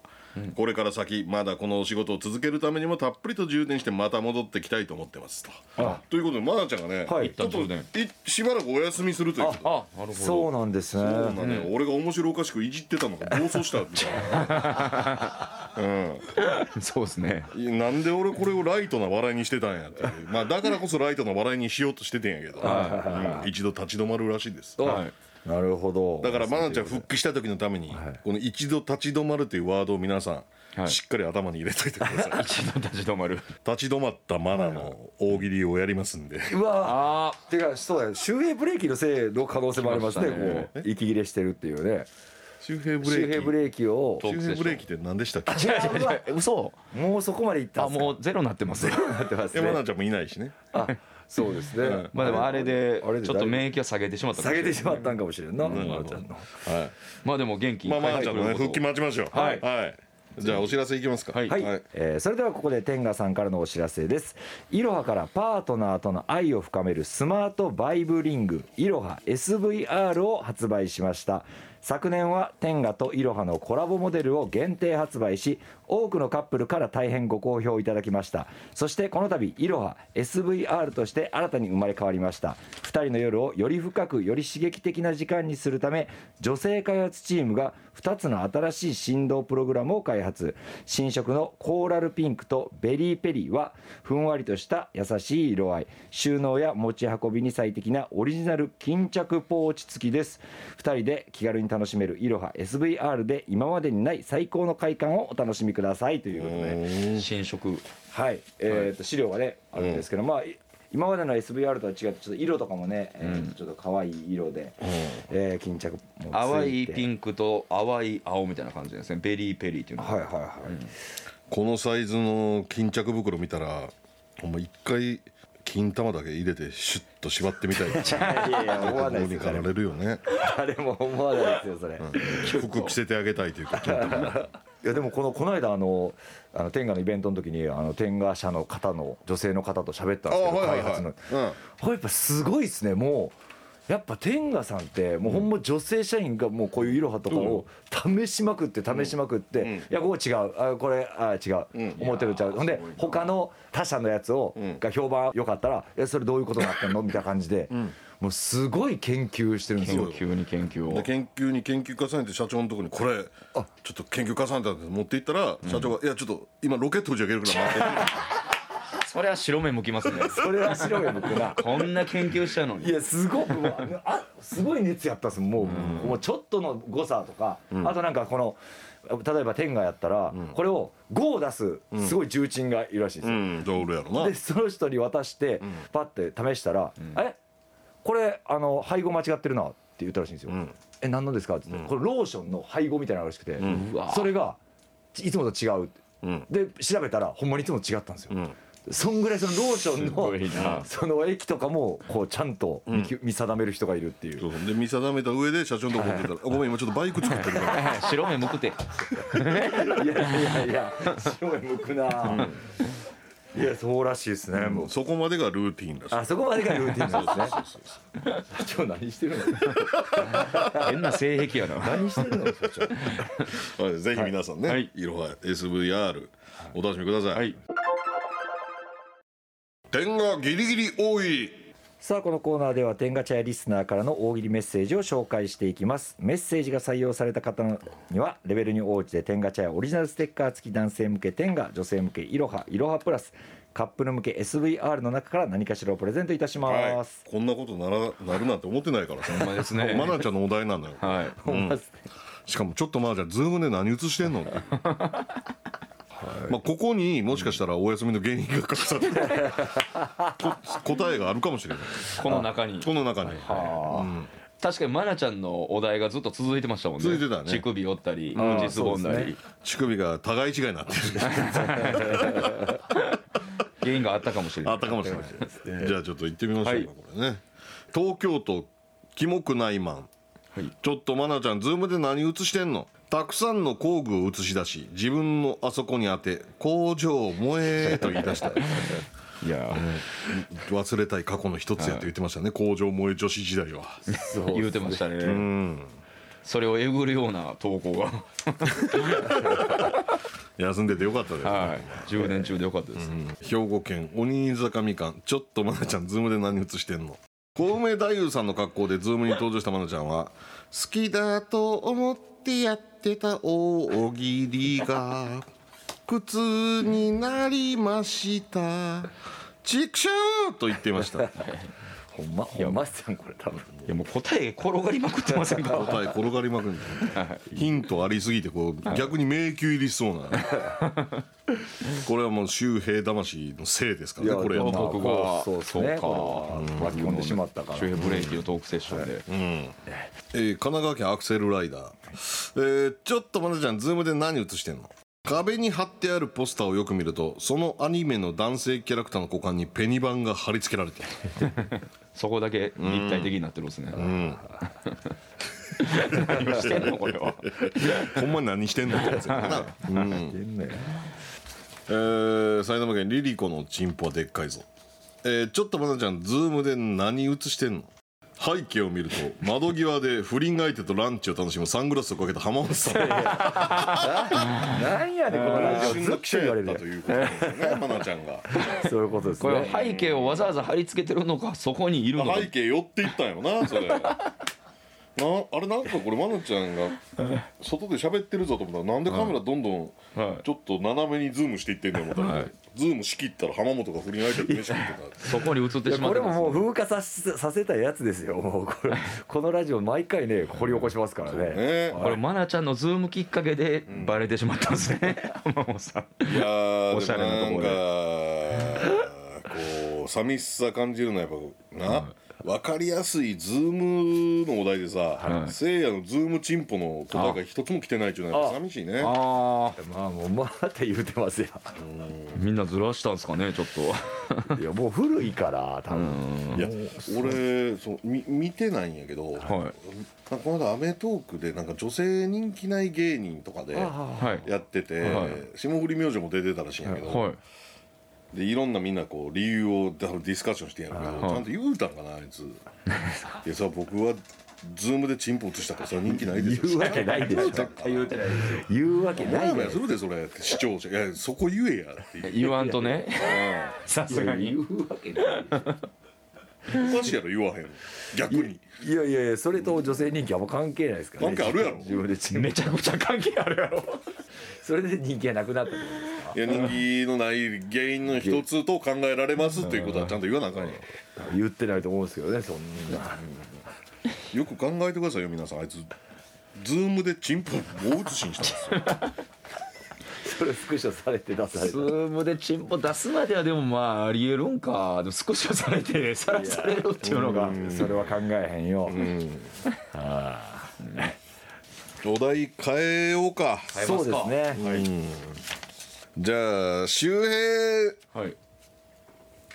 [SPEAKER 1] これから先まだこのお仕事を続けるためにもたっぷりと充電してまた戻ってきたいと思ってますと
[SPEAKER 2] あ
[SPEAKER 1] ということでマナちゃんがね、
[SPEAKER 2] はい
[SPEAKER 1] ちょっと
[SPEAKER 3] 一旦充
[SPEAKER 1] いしばらくお休みするということで
[SPEAKER 3] あなるほど
[SPEAKER 2] そうなんです
[SPEAKER 1] そん
[SPEAKER 2] ね
[SPEAKER 1] なね、俺が面白おかしくいじってたのが暴走したみたいな、
[SPEAKER 3] [laughs] そうですね。
[SPEAKER 1] [laughs] うんいや、なんで俺これをライトな笑いにしてたんやっていうまあだからこそライトな笑いにしようとしててんやけど、うん一度立ち止まるらしいです
[SPEAKER 3] はい。
[SPEAKER 2] なるほど
[SPEAKER 1] だからマナちゃん復帰した時のために、この一度立ち止まるというワードを皆さん、
[SPEAKER 3] はい
[SPEAKER 1] しっかり頭に入れといてく [laughs] ださい
[SPEAKER 3] 一度立ち止まる。
[SPEAKER 1] 立ち止まったマナの大喜利をやりますんで
[SPEAKER 2] うわ
[SPEAKER 3] あ
[SPEAKER 2] てかそうだよ周平ブレーキのせいの可能性もありますね
[SPEAKER 3] 来ましたね
[SPEAKER 2] こう息切れしてるっていうね
[SPEAKER 1] 周平ブレーキ
[SPEAKER 2] 周平ブレーキを
[SPEAKER 3] と
[SPEAKER 1] 周平ブレーキって何でしたっけ
[SPEAKER 3] あ。違う違う違う。嘘。
[SPEAKER 2] もうそこまでいった
[SPEAKER 3] あ
[SPEAKER 2] んですか
[SPEAKER 3] もうゼロになってます。
[SPEAKER 2] なってます
[SPEAKER 1] えマナ
[SPEAKER 2] ね
[SPEAKER 1] ちゃんもいないしね
[SPEAKER 2] あそうですね
[SPEAKER 3] まあでもあれで
[SPEAKER 2] あれで
[SPEAKER 3] ちょっと免疫は下げてしまったか
[SPEAKER 2] 下
[SPEAKER 3] もしれ
[SPEAKER 2] げ
[SPEAKER 3] ない。
[SPEAKER 2] てしまったんかもしれんな
[SPEAKER 1] るほど
[SPEAKER 2] まなちゃんの
[SPEAKER 1] はい
[SPEAKER 3] まあでも元気。
[SPEAKER 1] まあまあちゃんのね復帰
[SPEAKER 3] ま
[SPEAKER 1] 待ちましょう
[SPEAKER 2] はい
[SPEAKER 1] じゃあお知らせいきますか
[SPEAKER 3] はい
[SPEAKER 2] はい、えーそれではここで天賀さんからのお知らせですいろはからパートナーとの愛を深めるスマートバイブリングいろは SVR を発売しました昨年は天下とイロハのコラボモデルを限定発売し多くのカップルから大変ご好評いただきましたそしてこの度イロハ SVR として新たに生まれ変わりました2人の夜をより深くより刺激的な時間にするため女性開発チームが2つの新しい振動プログラムを開発新色のコーラルピンクとベリーペリーはふんわりとした優しい色合い収納や持ち運びに最適なオリジナル巾着ポーチ付きです2人で気軽に楽しめるいろは SVR で今までにない最高の快感をお楽しみくださいということで、
[SPEAKER 3] 新色
[SPEAKER 2] はいえー、と資料がねあるんですけど、まあい今までの SVR とは違ってちょっと色とかもね、えーとちょっと可愛い色で、えー巾着もついて
[SPEAKER 3] 淡いピ
[SPEAKER 2] ン
[SPEAKER 3] ンクと淡い青みたいな感じですねベリーペリーっていうの
[SPEAKER 2] はい
[SPEAKER 3] は
[SPEAKER 2] はいはい、
[SPEAKER 1] このサイズの巾着袋見たらほんま一回金玉だけ入れてシュッと縛ってみ
[SPEAKER 2] [laughs]
[SPEAKER 1] たい
[SPEAKER 2] いやいや思わないです
[SPEAKER 1] に駆
[SPEAKER 2] よ誰
[SPEAKER 1] ら
[SPEAKER 2] も
[SPEAKER 1] れるよね
[SPEAKER 2] 誰も思わないですよそれ、い
[SPEAKER 1] 服着せてあげたいという
[SPEAKER 2] [laughs]
[SPEAKER 1] か金玉
[SPEAKER 2] やでもこのこの間あのあの天下のイベントの時にあの天下社の方の女性の方と喋ったんですけど、開発の、
[SPEAKER 1] うん
[SPEAKER 2] これやっぱすごいですねもうやっぱ天下さんってもうほんま女性社員がもうこういういろはとかを試しまくって試しまくって、いやここ違うあこれあ違う、思ってるちゃうほんで他の他社のやつを、が評判良かったら「えそれどういうことになってんの?」みたいな感じで、もうすごい研究してるんですよ。
[SPEAKER 3] 急に研究
[SPEAKER 1] で
[SPEAKER 3] を
[SPEAKER 1] 研究に研究重ねて社長のところにこれちょっと研究重ねたんです持っていったら社長が「いやちょっと今ロケット打ち上げるから待っ
[SPEAKER 2] [laughs]
[SPEAKER 1] て
[SPEAKER 3] それは白目向きますね
[SPEAKER 2] それは白い僕な
[SPEAKER 3] こんな研究したの
[SPEAKER 2] い
[SPEAKER 3] に
[SPEAKER 2] やすごくもうあすごい熱やったんですもう,、もうちょっとの誤差とか、あとなんかこの例えば天下やったら、これを5を出すすごい重鎮がいるらしいんです
[SPEAKER 1] う
[SPEAKER 2] よ、
[SPEAKER 1] んじゃあ俺やろな」
[SPEAKER 2] でその人に渡して、パッて試したら「えこれあの配合間違ってるな」って言ったらしいんですよ「え何のですか?」って言って、これローションの配合みたいなのがあるらしくて、
[SPEAKER 3] うわ
[SPEAKER 2] それがいつもと違うって、
[SPEAKER 1] うん
[SPEAKER 2] で調べたらほんまにいつもと違ったんですよ、
[SPEAKER 1] うん
[SPEAKER 2] そんぐらいそのローションの
[SPEAKER 3] すごいな
[SPEAKER 2] [laughs] その駅とかもこうちゃんと見,、見定める人がいるっていう
[SPEAKER 1] そうそうで見定めた上で社長のとこ持ってったらあ「ごめん今ちょっとバイク作ってるか
[SPEAKER 2] [laughs]
[SPEAKER 1] ら」
[SPEAKER 3] 白目向くて
[SPEAKER 2] いやいやいや白い向くな、いやそうらしいですね、もう
[SPEAKER 1] そこまでがルーティンらしい
[SPEAKER 2] あそこまでがルーティンなんです
[SPEAKER 1] そ
[SPEAKER 2] ね
[SPEAKER 1] うそうそう
[SPEAKER 2] 社長何してるの
[SPEAKER 3] 変な性癖やな
[SPEAKER 2] 何してるの社長
[SPEAKER 1] そうはいぜひ皆さんね、
[SPEAKER 3] はい
[SPEAKER 1] い、ろは SVR お楽しみください、
[SPEAKER 3] はい
[SPEAKER 1] 点がギリギリ多い
[SPEAKER 2] さあこのコーナーでは天ガチャやリスナーからの大喜利メッセージを紹介していきますメッセージが採用された方にはレベルに応じて天ガチャやオリジナルステッカー付き男性向け天ガ女性向けいろはいろはプラスカップル向け SVR の中から何かしらをプレゼントいたします、
[SPEAKER 1] こんなことならなるなんて思ってないからさ
[SPEAKER 3] ほんまですね
[SPEAKER 1] [laughs] マナちゃんのお題なんだよ
[SPEAKER 3] はい
[SPEAKER 2] ほんまっす
[SPEAKER 1] しかもちょっとマナちゃんズームで何映してんのっていうまあここにもしかしたらお休みの原因が隠されてるこ [laughs] 答えがあるかもしれない
[SPEAKER 3] この中に
[SPEAKER 1] この中に、
[SPEAKER 3] 確かに愛菜ちゃんのお題がずっと続いてましたもんね
[SPEAKER 1] 続いてたね
[SPEAKER 3] 乳首折ったり
[SPEAKER 2] ん
[SPEAKER 3] 実ぼんだ
[SPEAKER 2] そう
[SPEAKER 3] り、
[SPEAKER 2] です
[SPEAKER 1] 乳首が互い違いになってる
[SPEAKER 3] 原因があったかもしれない
[SPEAKER 1] あったかもしれないじゃあちょっと行ってみましょうか、
[SPEAKER 3] はい
[SPEAKER 1] これね東京都キモくないマン、ちょっとマナちゃんズームで何映してんのたくさんの工具を映し出し自分のあそこに当て工場燃えと言い出した [laughs]
[SPEAKER 3] いや
[SPEAKER 1] 忘れたい過去の一つやと言ってましたね、工場燃え女子時代は
[SPEAKER 2] そう
[SPEAKER 3] 言うてましたね、
[SPEAKER 1] うん
[SPEAKER 3] それをえぐるような投稿が
[SPEAKER 1] 休んでてよかったです、
[SPEAKER 3] [laughs] はい10年中でよかったです、
[SPEAKER 1] 兵庫県鬼坂みかんちょっとまなちゃんズームで何映してんの小梅太夫さんの格好でズームに登場したまなちゃんは「好きだと思ってやってた大喜利が苦痛になりました」チクショーと言っていました
[SPEAKER 2] ほんまほんまっすよこれ多分
[SPEAKER 3] いやもう答え転がりまくってませんか
[SPEAKER 1] 答え転がりまくるヒントありすぎてこう逆に迷宮入りしそうなこれはもう周平魂のせいですからねこれやった
[SPEAKER 3] ま
[SPEAKER 1] ら
[SPEAKER 3] あ僕が
[SPEAKER 2] そうですね
[SPEAKER 3] そうか
[SPEAKER 2] これは巻き込んでしまったから
[SPEAKER 3] 周平ブレーキのトークセッションで、
[SPEAKER 1] えー神奈川県アクセルライダー、えーちょっとまなちゃんズームで何映してんの壁に貼ってあるポスターをよく見るとそのアニメの男性キャラクターの股間にペニバンが貼り付けられている
[SPEAKER 3] そこだけ立体的になってるんですね、何をしてんのこれは
[SPEAKER 1] [laughs] ほんまに何してんのってやつやな、 [laughs] うんえー埼玉県リリコのチンポはでっかいぞ、えーちょっとまなちゃんズームで何映してんの背景を見ると窓際で不倫相手とランチを楽しむサングラスをかけた浜本さん
[SPEAKER 2] なんやねんこのラジオ
[SPEAKER 1] 出身
[SPEAKER 2] ずっ
[SPEAKER 1] の
[SPEAKER 2] と
[SPEAKER 1] 記者
[SPEAKER 2] 言わ
[SPEAKER 1] や
[SPEAKER 2] れ
[SPEAKER 1] ったと
[SPEAKER 2] る
[SPEAKER 1] いうことですよね花ちゃんが
[SPEAKER 2] そういうことです
[SPEAKER 3] [laughs] これは
[SPEAKER 2] ね
[SPEAKER 3] 背景をわざわざ貼り付けてるのかそこにいるのか
[SPEAKER 1] 背景寄っていったんよ
[SPEAKER 3] [laughs]
[SPEAKER 1] なそれなあれなんかこれまなちゃんが外で喋ってるぞと思ったらなんでカメラどんどん
[SPEAKER 3] はい
[SPEAKER 1] ちょっと斜めにズームしていってんねん思ったら、
[SPEAKER 3] はい
[SPEAKER 1] ズーム仕切ったら浜本が振り相手と飯食って
[SPEAKER 3] そこに映って
[SPEAKER 2] いや
[SPEAKER 3] しまっ
[SPEAKER 2] これ
[SPEAKER 3] てま
[SPEAKER 2] も
[SPEAKER 3] す
[SPEAKER 2] もう風化させさせたやつですよもうこれこのラジオ毎回ね掘り起こしますから
[SPEAKER 1] た
[SPEAKER 2] ね
[SPEAKER 1] ね
[SPEAKER 3] これマナちゃんのズームきっかけでバレてしまったんですね、浜本さん
[SPEAKER 1] いやー
[SPEAKER 3] おしゃれなところで
[SPEAKER 1] でもなんかこう寂しさ感じるのはやっぱな、分かりやすいズームのお題でさ、
[SPEAKER 3] はい
[SPEAKER 1] せいやのズームチンポの答えが一つも来てないっていうのはやっぱ寂しいね
[SPEAKER 3] ああ
[SPEAKER 2] まあもうまあって言うてますよ
[SPEAKER 3] みんなずらしたんですかねちょっと
[SPEAKER 2] いやもう古いから多分
[SPEAKER 1] いや俺そうみ見てないんやけど、
[SPEAKER 3] は
[SPEAKER 1] なんかこの間『アメトーーク』でなんか女性人気ない芸人とかで
[SPEAKER 2] あ
[SPEAKER 3] はい
[SPEAKER 1] やってて、
[SPEAKER 3] はい
[SPEAKER 1] 霜降り明星も出てたらしいんやけど、
[SPEAKER 3] はい
[SPEAKER 1] でいろんなみんなこう理由をだからディスカッションしてんやるけど、
[SPEAKER 3] はい
[SPEAKER 1] ちゃんと言うたんかなあ
[SPEAKER 2] [laughs]
[SPEAKER 1] いついやさ僕はズームでチンポ映したからそれは人気ないですよ
[SPEAKER 2] 言うわけないでしょ
[SPEAKER 1] 絶対言うてない
[SPEAKER 2] あ言うわけ
[SPEAKER 1] モ
[SPEAKER 2] な
[SPEAKER 1] ヤ
[SPEAKER 2] い
[SPEAKER 1] モ
[SPEAKER 2] で
[SPEAKER 1] ヤするでそれ視聴者いやそこ言えやっていう
[SPEAKER 3] 言わんとねさ
[SPEAKER 2] いや言うわけない
[SPEAKER 1] おかしいやろ言わへん逆に
[SPEAKER 2] いやいやいやそれと女性人気あんま関係ないですからね
[SPEAKER 1] 関係あるやろ
[SPEAKER 2] 自分で自分
[SPEAKER 3] め
[SPEAKER 2] で
[SPEAKER 3] ちゃくちゃ関係あるやろ
[SPEAKER 2] それで人気がなくなったと
[SPEAKER 1] いや人気のない原因の一つと考えられますということはちゃんと言わなあかんよ
[SPEAKER 2] 言ってないと思うんですけどねそんな
[SPEAKER 1] よく考えてくださいよ皆さんあいつズームでチンポ大写しにしたん [laughs] ですよ
[SPEAKER 2] それスクショされて出され
[SPEAKER 3] ズ
[SPEAKER 2] た
[SPEAKER 3] ームでチンポ出すまではでもまあありえるんかでも少しはされてさらされるっていうのが
[SPEAKER 2] それは考えへんよ
[SPEAKER 1] お題変えようか
[SPEAKER 2] そうですね
[SPEAKER 1] じゃあ周平
[SPEAKER 3] はい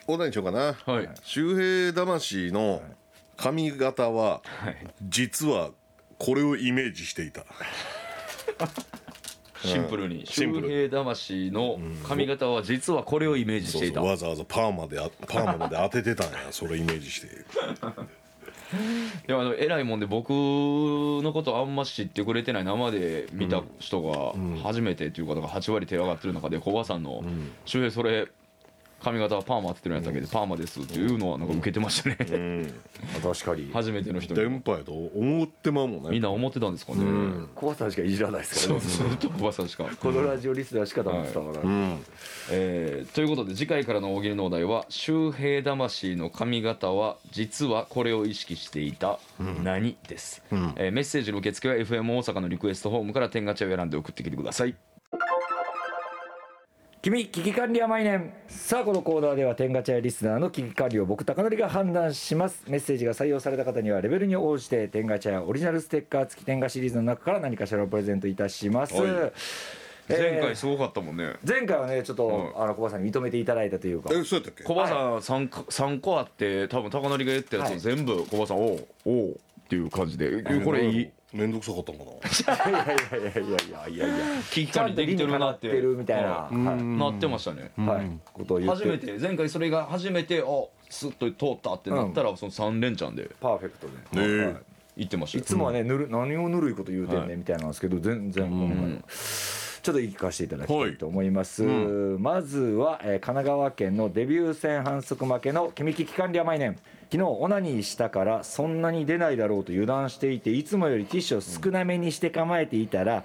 [SPEAKER 1] お題にしようかな、
[SPEAKER 3] はい
[SPEAKER 1] 周平魂の髪型は実はこれをイメージしてい [laughs] た
[SPEAKER 3] シンプルに
[SPEAKER 1] シンプ
[SPEAKER 3] 周
[SPEAKER 1] ル
[SPEAKER 3] 平魂の髪型は実はこれをイメージしていた
[SPEAKER 1] そうそうわざわざパーマであパーマまで当ててたんや [laughs] それイメージして
[SPEAKER 3] でもあの偉いもんで僕のことあんま知ってくれてない生で見た人が初めてっていう方が8割手上がってる中で小川さんの「周平それ髪型はパーマ当ててるやつだけでパーマです」っていうのはなんか受けてましたね
[SPEAKER 2] 確かに
[SPEAKER 3] 初めての人に
[SPEAKER 1] 電波やと思ってまうもん
[SPEAKER 3] みん
[SPEAKER 1] ね
[SPEAKER 3] な思ってたんですかね
[SPEAKER 2] 怖さんしかいじらないですか
[SPEAKER 3] そ
[SPEAKER 2] ら
[SPEAKER 3] う
[SPEAKER 2] ね
[SPEAKER 3] そうトップバさんしか。
[SPEAKER 2] このラジオリスナーしか黙ってたから
[SPEAKER 1] うん
[SPEAKER 3] えーということで次回からの大喜利のお題は「周平魂の髪型は実はこれを意識していた何?」です、えーメッセージの受付は FM 大阪のリクエストフォームから天ガチャを選んで送ってきてください
[SPEAKER 2] 君危機管理は毎年さあこのコーナーでは天ガチャやリスナーの危機管理を僕高則が判断しますメッセージが採用された方にはレベルに応じて天ガチャやオリジナルステッカー付き天ガシリーズの中から何かしらをプレゼントいたします、
[SPEAKER 1] はい
[SPEAKER 2] えー
[SPEAKER 3] すごかったもんね
[SPEAKER 2] 前回はねちょっと、
[SPEAKER 3] うん
[SPEAKER 2] あの小林さんに認めていただいたというか
[SPEAKER 1] えそうやったっけ
[SPEAKER 3] 小バさん 3, 個3個あって多分高典が言ったやつを全部小バさん「おうおう」っていう感じでえこれいい
[SPEAKER 1] 面倒くさかったんかない
[SPEAKER 2] やいやいやいやいやいやいや
[SPEAKER 3] 危機
[SPEAKER 2] ちゃ
[SPEAKER 3] 管
[SPEAKER 2] ん
[SPEAKER 3] 理
[SPEAKER 2] と
[SPEAKER 3] で
[SPEAKER 2] 理
[SPEAKER 3] きて
[SPEAKER 2] に
[SPEAKER 3] る
[SPEAKER 2] か
[SPEAKER 3] な
[SPEAKER 2] なっ
[SPEAKER 3] ってて
[SPEAKER 2] るみたいな、はい
[SPEAKER 3] なってましたね
[SPEAKER 2] はい、ことを言って
[SPEAKER 3] 初めて前回それが初めてあスッと通ったってなったら、その3連チャンで
[SPEAKER 2] パーフェクトで、
[SPEAKER 1] ねえ
[SPEAKER 2] はい
[SPEAKER 3] 行ってました
[SPEAKER 2] い
[SPEAKER 3] よ
[SPEAKER 2] つもはね、ぬる何をぬるいこと言うてんねん、
[SPEAKER 3] はい
[SPEAKER 2] みたいなんですけど全然今回はちょっと聞かせていただきたいと思います、
[SPEAKER 1] はいう
[SPEAKER 2] まずは、えー神奈川県のデビュー戦反則負けの君危機管理甘いねん昨日オナニーしたからそんなに出ないだろうと油断していていつもよりティッシュを少なめにして構えていたら、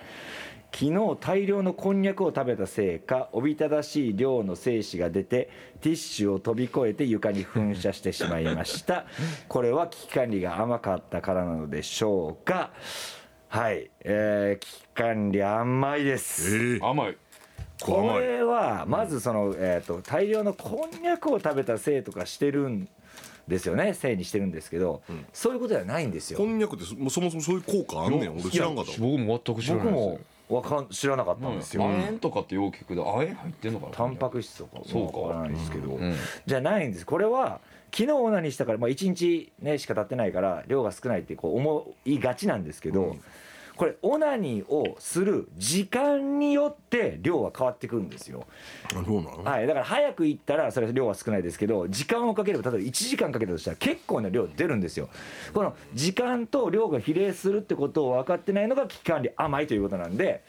[SPEAKER 2] 昨日大量のこんにゃくを食べたせいかおびただしい量の精子が出てティッシュを飛び越えて床に噴射してしまいました
[SPEAKER 1] [laughs]
[SPEAKER 2] これは危機管理が甘かったからなのでしょうかはい、えー危機管理甘いです、
[SPEAKER 1] ええ
[SPEAKER 3] 甘い
[SPEAKER 1] これ
[SPEAKER 2] こ
[SPEAKER 1] 甘い
[SPEAKER 2] れはまずその、えー、と大量のこんにゃくを食べたせいとかしてるんですよねせいにしてるんですけど、そういうことではないんですよ
[SPEAKER 1] こんにゃくってそもうそもそもそういう効果あんねん俺知らんかったわ
[SPEAKER 3] 僕も全く知らない
[SPEAKER 2] 僕
[SPEAKER 3] です
[SPEAKER 2] もわかん知らなかったんですよ、
[SPEAKER 3] うん亜鉛とかってよう聞くけど亜鉛入ってんのかな
[SPEAKER 2] タンパク質とか
[SPEAKER 3] そうか
[SPEAKER 2] わからないですけど、
[SPEAKER 3] ん
[SPEAKER 2] じゃないんですこれは昨日オナニーしたから、まあ、1日、ね、しか経ってないから量が少ないってこう思いがちなんですけど、これオナニーをする時間によって量は変わってくるんですよ
[SPEAKER 4] あそうなの
[SPEAKER 2] はい、だから早く行ったらそれは量は少ないですけど時間をかければ例えば1時間かけたとしたら結構な量出るんですよこの時間と量が比例するってことを分かってないのが危機管理甘いということなんで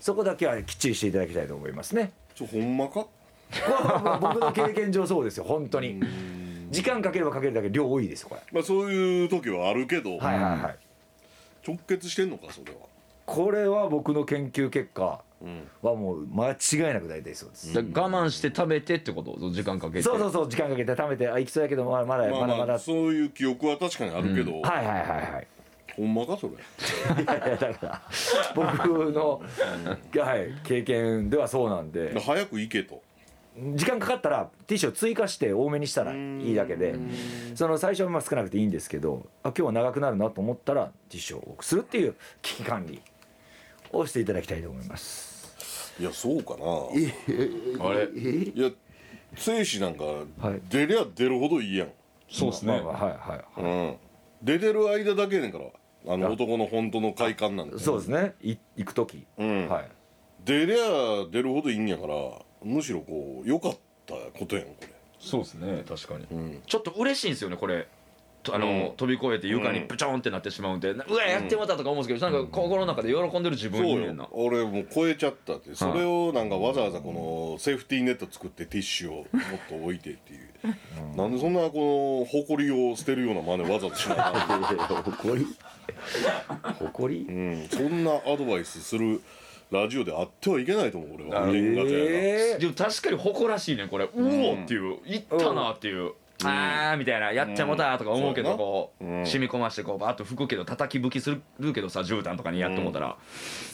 [SPEAKER 2] そこだけはきっちりしていただきたいと思いますね
[SPEAKER 1] ちょほんまか
[SPEAKER 2] これはまあ僕の経験上そうですよ本当に時間かければかけるだけ量多いですよこれ
[SPEAKER 1] まあそういう時はあるけど、
[SPEAKER 2] はいはいはい
[SPEAKER 1] 直結してんのかそれは
[SPEAKER 2] これは僕の研究結果
[SPEAKER 1] うん
[SPEAKER 2] はもう間違いなく大体そうです
[SPEAKER 3] じゃあ我慢して食べてってこと時間かけて
[SPEAKER 2] そうそうそう時間かけて食べてあ行きそうやけどまだまだ
[SPEAKER 1] まあ
[SPEAKER 2] まだま
[SPEAKER 1] まあ
[SPEAKER 2] だ
[SPEAKER 1] そういう記憶は確かにあるけど、
[SPEAKER 2] はいはいはいはい
[SPEAKER 1] ほんまかそれ
[SPEAKER 2] いやいやだから僕の、はい、経験ではそうなんで
[SPEAKER 1] 早く行けと
[SPEAKER 2] 時間かかったらティッシュを追加して多めにしたらいいだけでその最初はまあ少なくていいんですけどあ今日は長くなるなと思ったらティッシュを多くするっていう危機管理をしていただきたいと思います
[SPEAKER 1] いやそうかな
[SPEAKER 3] あれ
[SPEAKER 1] いや精子なんか
[SPEAKER 2] はい
[SPEAKER 1] 出りゃ出るほどいいやん、
[SPEAKER 3] そうですね
[SPEAKER 2] まあまあはいはいはい
[SPEAKER 1] うん、出てる間だけやねんからあの男の本当の快感なんで
[SPEAKER 2] そうですねい行く時、
[SPEAKER 1] うん
[SPEAKER 2] はい
[SPEAKER 1] 出りゃ出るほどいいんやからむしろこう良かったことやんこれ
[SPEAKER 3] そうですね確かに
[SPEAKER 1] うん
[SPEAKER 3] ちょっと嬉しいんですよねこれとあの、
[SPEAKER 1] うん
[SPEAKER 3] 飛び越えて床に
[SPEAKER 1] うん
[SPEAKER 3] ブチョンってなってしまうんで、うわやってもらったとか思うんですけどなんか心の中で喜んでる自分
[SPEAKER 1] そ
[SPEAKER 3] いうるねんな
[SPEAKER 1] よ俺もう超えちゃったってそれをなんかわざわざこのセーフティーネット作ってティッシュをもっと置いてっていう、なんでそんなこの誇りを捨てるような真似わざとしないかん
[SPEAKER 4] 誇り
[SPEAKER 2] 誇
[SPEAKER 1] [laughs]
[SPEAKER 2] り
[SPEAKER 1] うん、そんなアドバイスするラジオであってはいけないと思う俺は
[SPEAKER 3] なる
[SPEAKER 1] 年賀状やな
[SPEAKER 2] え
[SPEAKER 3] でも確かに誇らしいねこれうおーっていういったなっていう、あーみたいなやっちゃもたとか思うけど、
[SPEAKER 1] うん
[SPEAKER 3] こう、
[SPEAKER 1] うん
[SPEAKER 3] 染み込ましてこうバーッと吹くけど叩き吹きするけどさ絨毯とかにやってもうたら、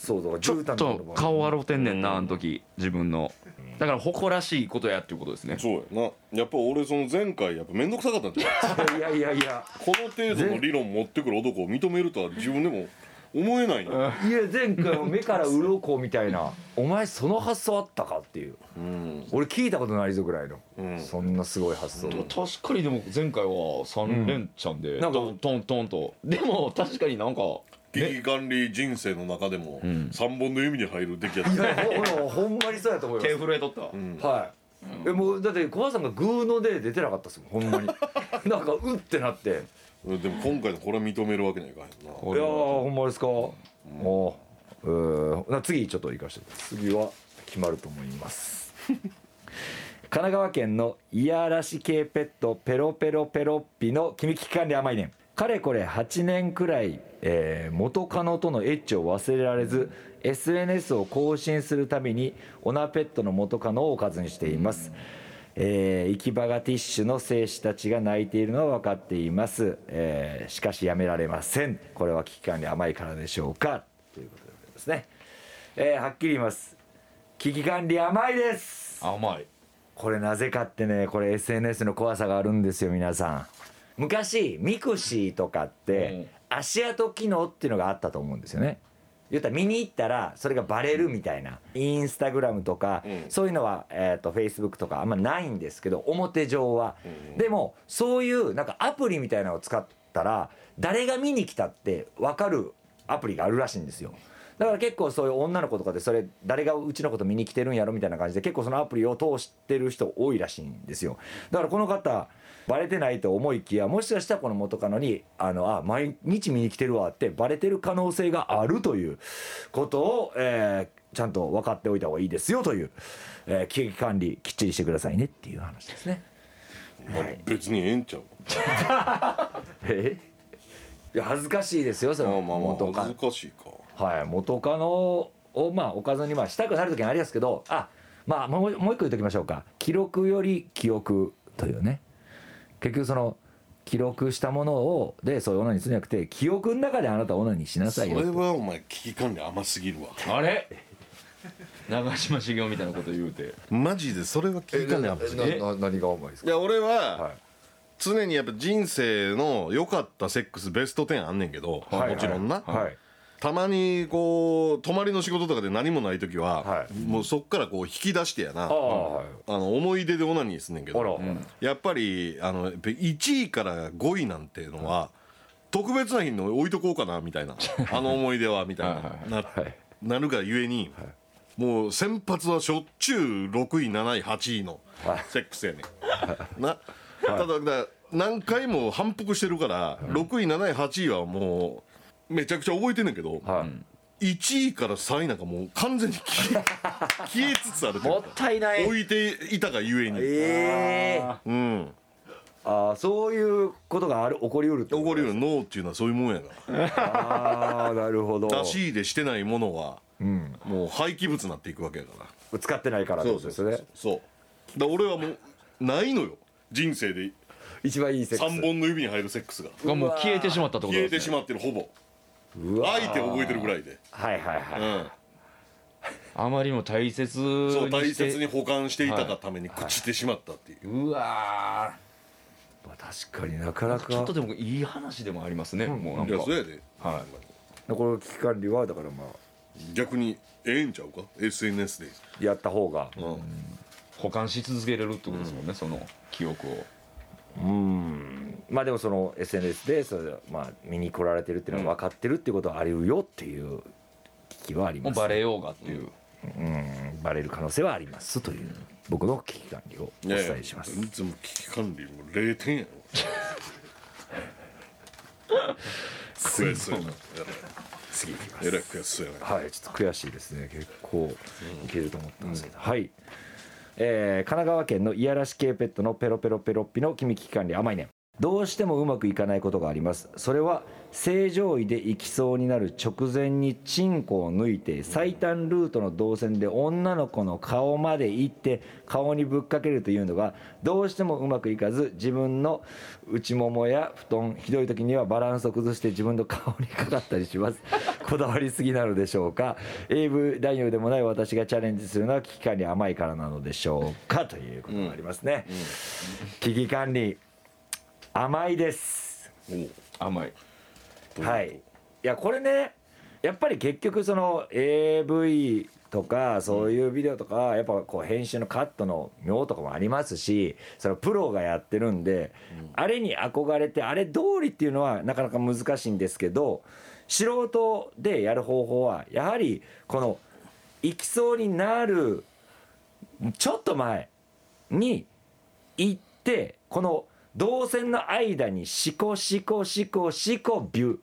[SPEAKER 2] そうそう
[SPEAKER 3] ちょ
[SPEAKER 2] 絨
[SPEAKER 3] っ
[SPEAKER 2] 毯の
[SPEAKER 3] と顔洗うてんねんなあの時自分のだから誇らしいことやっていうことですね
[SPEAKER 1] そうやなやっぱ俺その前回やっぱ面倒くさかったんだよ
[SPEAKER 2] いやいやいや
[SPEAKER 1] この程度の理論持ってくる男を認めるとは自分でも思えないんだ、
[SPEAKER 2] いや前回も目から鱗みたいな「お前その発想あったか?」っていう
[SPEAKER 1] うん
[SPEAKER 2] 俺聞いたことないぞぐらいの、
[SPEAKER 1] うん
[SPEAKER 2] そんなすごい発想、
[SPEAKER 3] 確かにでも前回は3連チャンで、
[SPEAKER 2] なんか
[SPEAKER 3] トントントンとでも確かになんか
[SPEAKER 1] 危機管理人生の中でも
[SPEAKER 3] ん
[SPEAKER 1] 三本の指に入る出来やっ
[SPEAKER 2] い
[SPEAKER 1] た、
[SPEAKER 2] やほほほんまにそうやと思います
[SPEAKER 3] 震えとった、
[SPEAKER 1] うん
[SPEAKER 2] はい、えもうだって小林さんがグーので出てなかったっすもんほんまに [laughs] なんかうってなっていや
[SPEAKER 1] でも今回のこれは認めるわけにはいかへんな
[SPEAKER 3] こ
[SPEAKER 2] ー
[SPEAKER 3] れは
[SPEAKER 2] ほんまですか、もううーな次ちょっと行かせて次は決まると思います神奈川県のいやらし系ペットペロペロペロッピの君危機管理甘いねんかれこれ8年くらい、えー元カノとのエッチを忘れられず SNS を更新するたびにオナペットの元カノをおかずにしています、えー行き場がティッシュの精子たちが泣いているのは分かっています、えーしかしやめられませんこれは危機管理甘いからでしょうかということでございますね、えーはっきり言います危機管理甘いです
[SPEAKER 3] 甘い
[SPEAKER 2] これなぜかってねこれ SNS の怖さがあるんですよ皆さん昔ミクシーとかって、足跡機能っていうのがあったと思うんですよね言ったら見に行ったらそれがバレるみたいな、インスタグラムとか、
[SPEAKER 1] うん
[SPEAKER 2] そういうのは、えー、と Facebook とかあんまないんですけど表上は、でもそういうなんかアプリみたいなのを使ったら誰が見に来たって分かるアプリがあるらしいんですよだから結構そういう女の子とかでそれ誰がうちのこと見に来てるんやろみたいな感じで結構そのアプリを通してる人多いらしいんですよだからこの方バレてないと思いきやもしかしたらこの元カノにあのあ毎日見に来てるわってバレてる可能性があるということを、えーちゃんと分かっておいた方がいいですよという、えー危機管理きっちりしてくださいねっていう話ですね。
[SPEAKER 1] まあ別にええんちゃう
[SPEAKER 2] えいや恥ずかしいですよそ
[SPEAKER 1] ま
[SPEAKER 2] の
[SPEAKER 1] あまあま
[SPEAKER 2] 元
[SPEAKER 1] あ
[SPEAKER 2] カ
[SPEAKER 1] 恥ずかしいか
[SPEAKER 2] はい元カノをまあおかずにまあしたくなる時にありますけどあまあもうもう一個言っときましょうか記録より記憶というね結局その記録したものをでそういうオナニーするんじゃなくて記憶の中であなたはオナニーしな
[SPEAKER 1] そ
[SPEAKER 2] さい
[SPEAKER 1] れ
[SPEAKER 2] よ
[SPEAKER 1] はお前危機管理甘すぎるわ
[SPEAKER 3] あれ長嶋茂雄みたいなこと言うて
[SPEAKER 1] マジでそれは危機管理甘すぎる
[SPEAKER 3] え
[SPEAKER 2] 何が重いです
[SPEAKER 1] いや俺は、
[SPEAKER 2] はい
[SPEAKER 1] 常にやっぱ人生の良かったセックスベスト10あんねんけど、
[SPEAKER 2] はい
[SPEAKER 1] もちろんな、
[SPEAKER 2] はい
[SPEAKER 1] たまにこう泊まりの仕事とかで何もない時は、
[SPEAKER 2] はい
[SPEAKER 1] もうそっからこう引き出してやな
[SPEAKER 2] ああはい
[SPEAKER 1] あの思い出でオナニーすんねんけ
[SPEAKER 2] あら
[SPEAKER 1] どやっぱりあのやっぱ1位から5位なんていうのは特別な日の置いとこうかなみたいな
[SPEAKER 3] [laughs]
[SPEAKER 1] あの思い出はみたいな
[SPEAKER 3] はいはいは
[SPEAKER 1] ななるがゆえに、もう先発はしょっちゅう6位7位8位のセックスやねん、なただだから何回も反復してるから、6位7位8位はもうめちゃくちゃ覚えてんねんけど、
[SPEAKER 2] はい
[SPEAKER 1] 1位から3位なんかもう完全に消え消えつつあ
[SPEAKER 3] [laughs]
[SPEAKER 1] るという
[SPEAKER 3] もっ
[SPEAKER 1] か
[SPEAKER 3] たいない
[SPEAKER 1] 置いていたがゆえに、
[SPEAKER 2] ええ
[SPEAKER 1] うん
[SPEAKER 2] ああそういうことがある起こりうるってこと
[SPEAKER 1] 怒るよ脳っていうのはそういうもんやな
[SPEAKER 2] ああなるほど
[SPEAKER 1] 出し入れしてないものは
[SPEAKER 2] うん、
[SPEAKER 1] もう廃棄物になっていくわけやから
[SPEAKER 2] 使ってないからってことですね
[SPEAKER 1] そうだから俺はもうないのよ人生で
[SPEAKER 2] 一番いいセックス
[SPEAKER 1] 3本の指に入るセックスが
[SPEAKER 3] がもう消えてしまったってこと
[SPEAKER 1] 消
[SPEAKER 3] で
[SPEAKER 1] え
[SPEAKER 3] す、ね、
[SPEAKER 1] てしまってるほぼ
[SPEAKER 2] うわー
[SPEAKER 1] 相手覚えてるぐらいで、
[SPEAKER 2] はいはいは
[SPEAKER 1] う
[SPEAKER 2] い、
[SPEAKER 1] ん、
[SPEAKER 3] あまりも大切に
[SPEAKER 1] そう大
[SPEAKER 3] して
[SPEAKER 1] 切に保管していたがために朽ちてしまったっていう、
[SPEAKER 3] うわ
[SPEAKER 2] まあ、確かになかなか
[SPEAKER 3] ーちょっとでもいい話でもありますね、もうなん
[SPEAKER 1] い、
[SPEAKER 3] か
[SPEAKER 1] やそうやで
[SPEAKER 3] は
[SPEAKER 2] この危機管理はだからまあ
[SPEAKER 1] 逆にええんちゃうか SNS で、
[SPEAKER 2] やった方が
[SPEAKER 1] うん
[SPEAKER 3] 保管し続けれるってことですもんね、その記憶を
[SPEAKER 2] うんまあでもその SNS でそれ、まあ、見に来られてるっていうのは分かってるっていうことはありうよっていう危機はあり
[SPEAKER 3] も
[SPEAKER 2] ま
[SPEAKER 3] う
[SPEAKER 2] す、
[SPEAKER 3] バレようがっていう、
[SPEAKER 2] うんバレる可能性はありますという僕の危機管理をお
[SPEAKER 1] いや
[SPEAKER 2] 伝
[SPEAKER 1] いや
[SPEAKER 2] えします、
[SPEAKER 1] いつも危機管理も0点
[SPEAKER 2] [laughs]
[SPEAKER 1] やろ悔しそうやな
[SPEAKER 2] 次いきます
[SPEAKER 1] えらい悔しそうやな
[SPEAKER 2] はい、ちょっと悔しいですね、結構いけると思ったんですけど、はい、えー神奈川県のいやらし系ペットのペロペロペロッピの君危機管理甘いねどうしてもうまくいかないことがありますそれは正常位で行きそうになる直前にチンコを抜いて最短ルートの動線で女の子の顔まで行って顔にぶっかけるというのがどうしてもうまくいかず自分の内ももや布団ひどい時にはバランスを崩して自分の顔にかかったりします [laughs] こだわりすぎなのでしょうか AV 男優でもない私がチャレンジするのは危機管理甘いからなのでしょうかということがありますね、危機管理甘いです
[SPEAKER 1] おう
[SPEAKER 3] 甘い
[SPEAKER 2] はいいやこれねやっぱり結局その AV とかそういうビデオとかやっぱこう編集のカットの妙とかもありますしそのプロがやってるんであれに憧れてあれ通りっていうのはなかなか難しいんですけど素人でやる方法はやはりこの行きそうになるちょっと前に行ってこの動線の間にシコシコシコシコビュ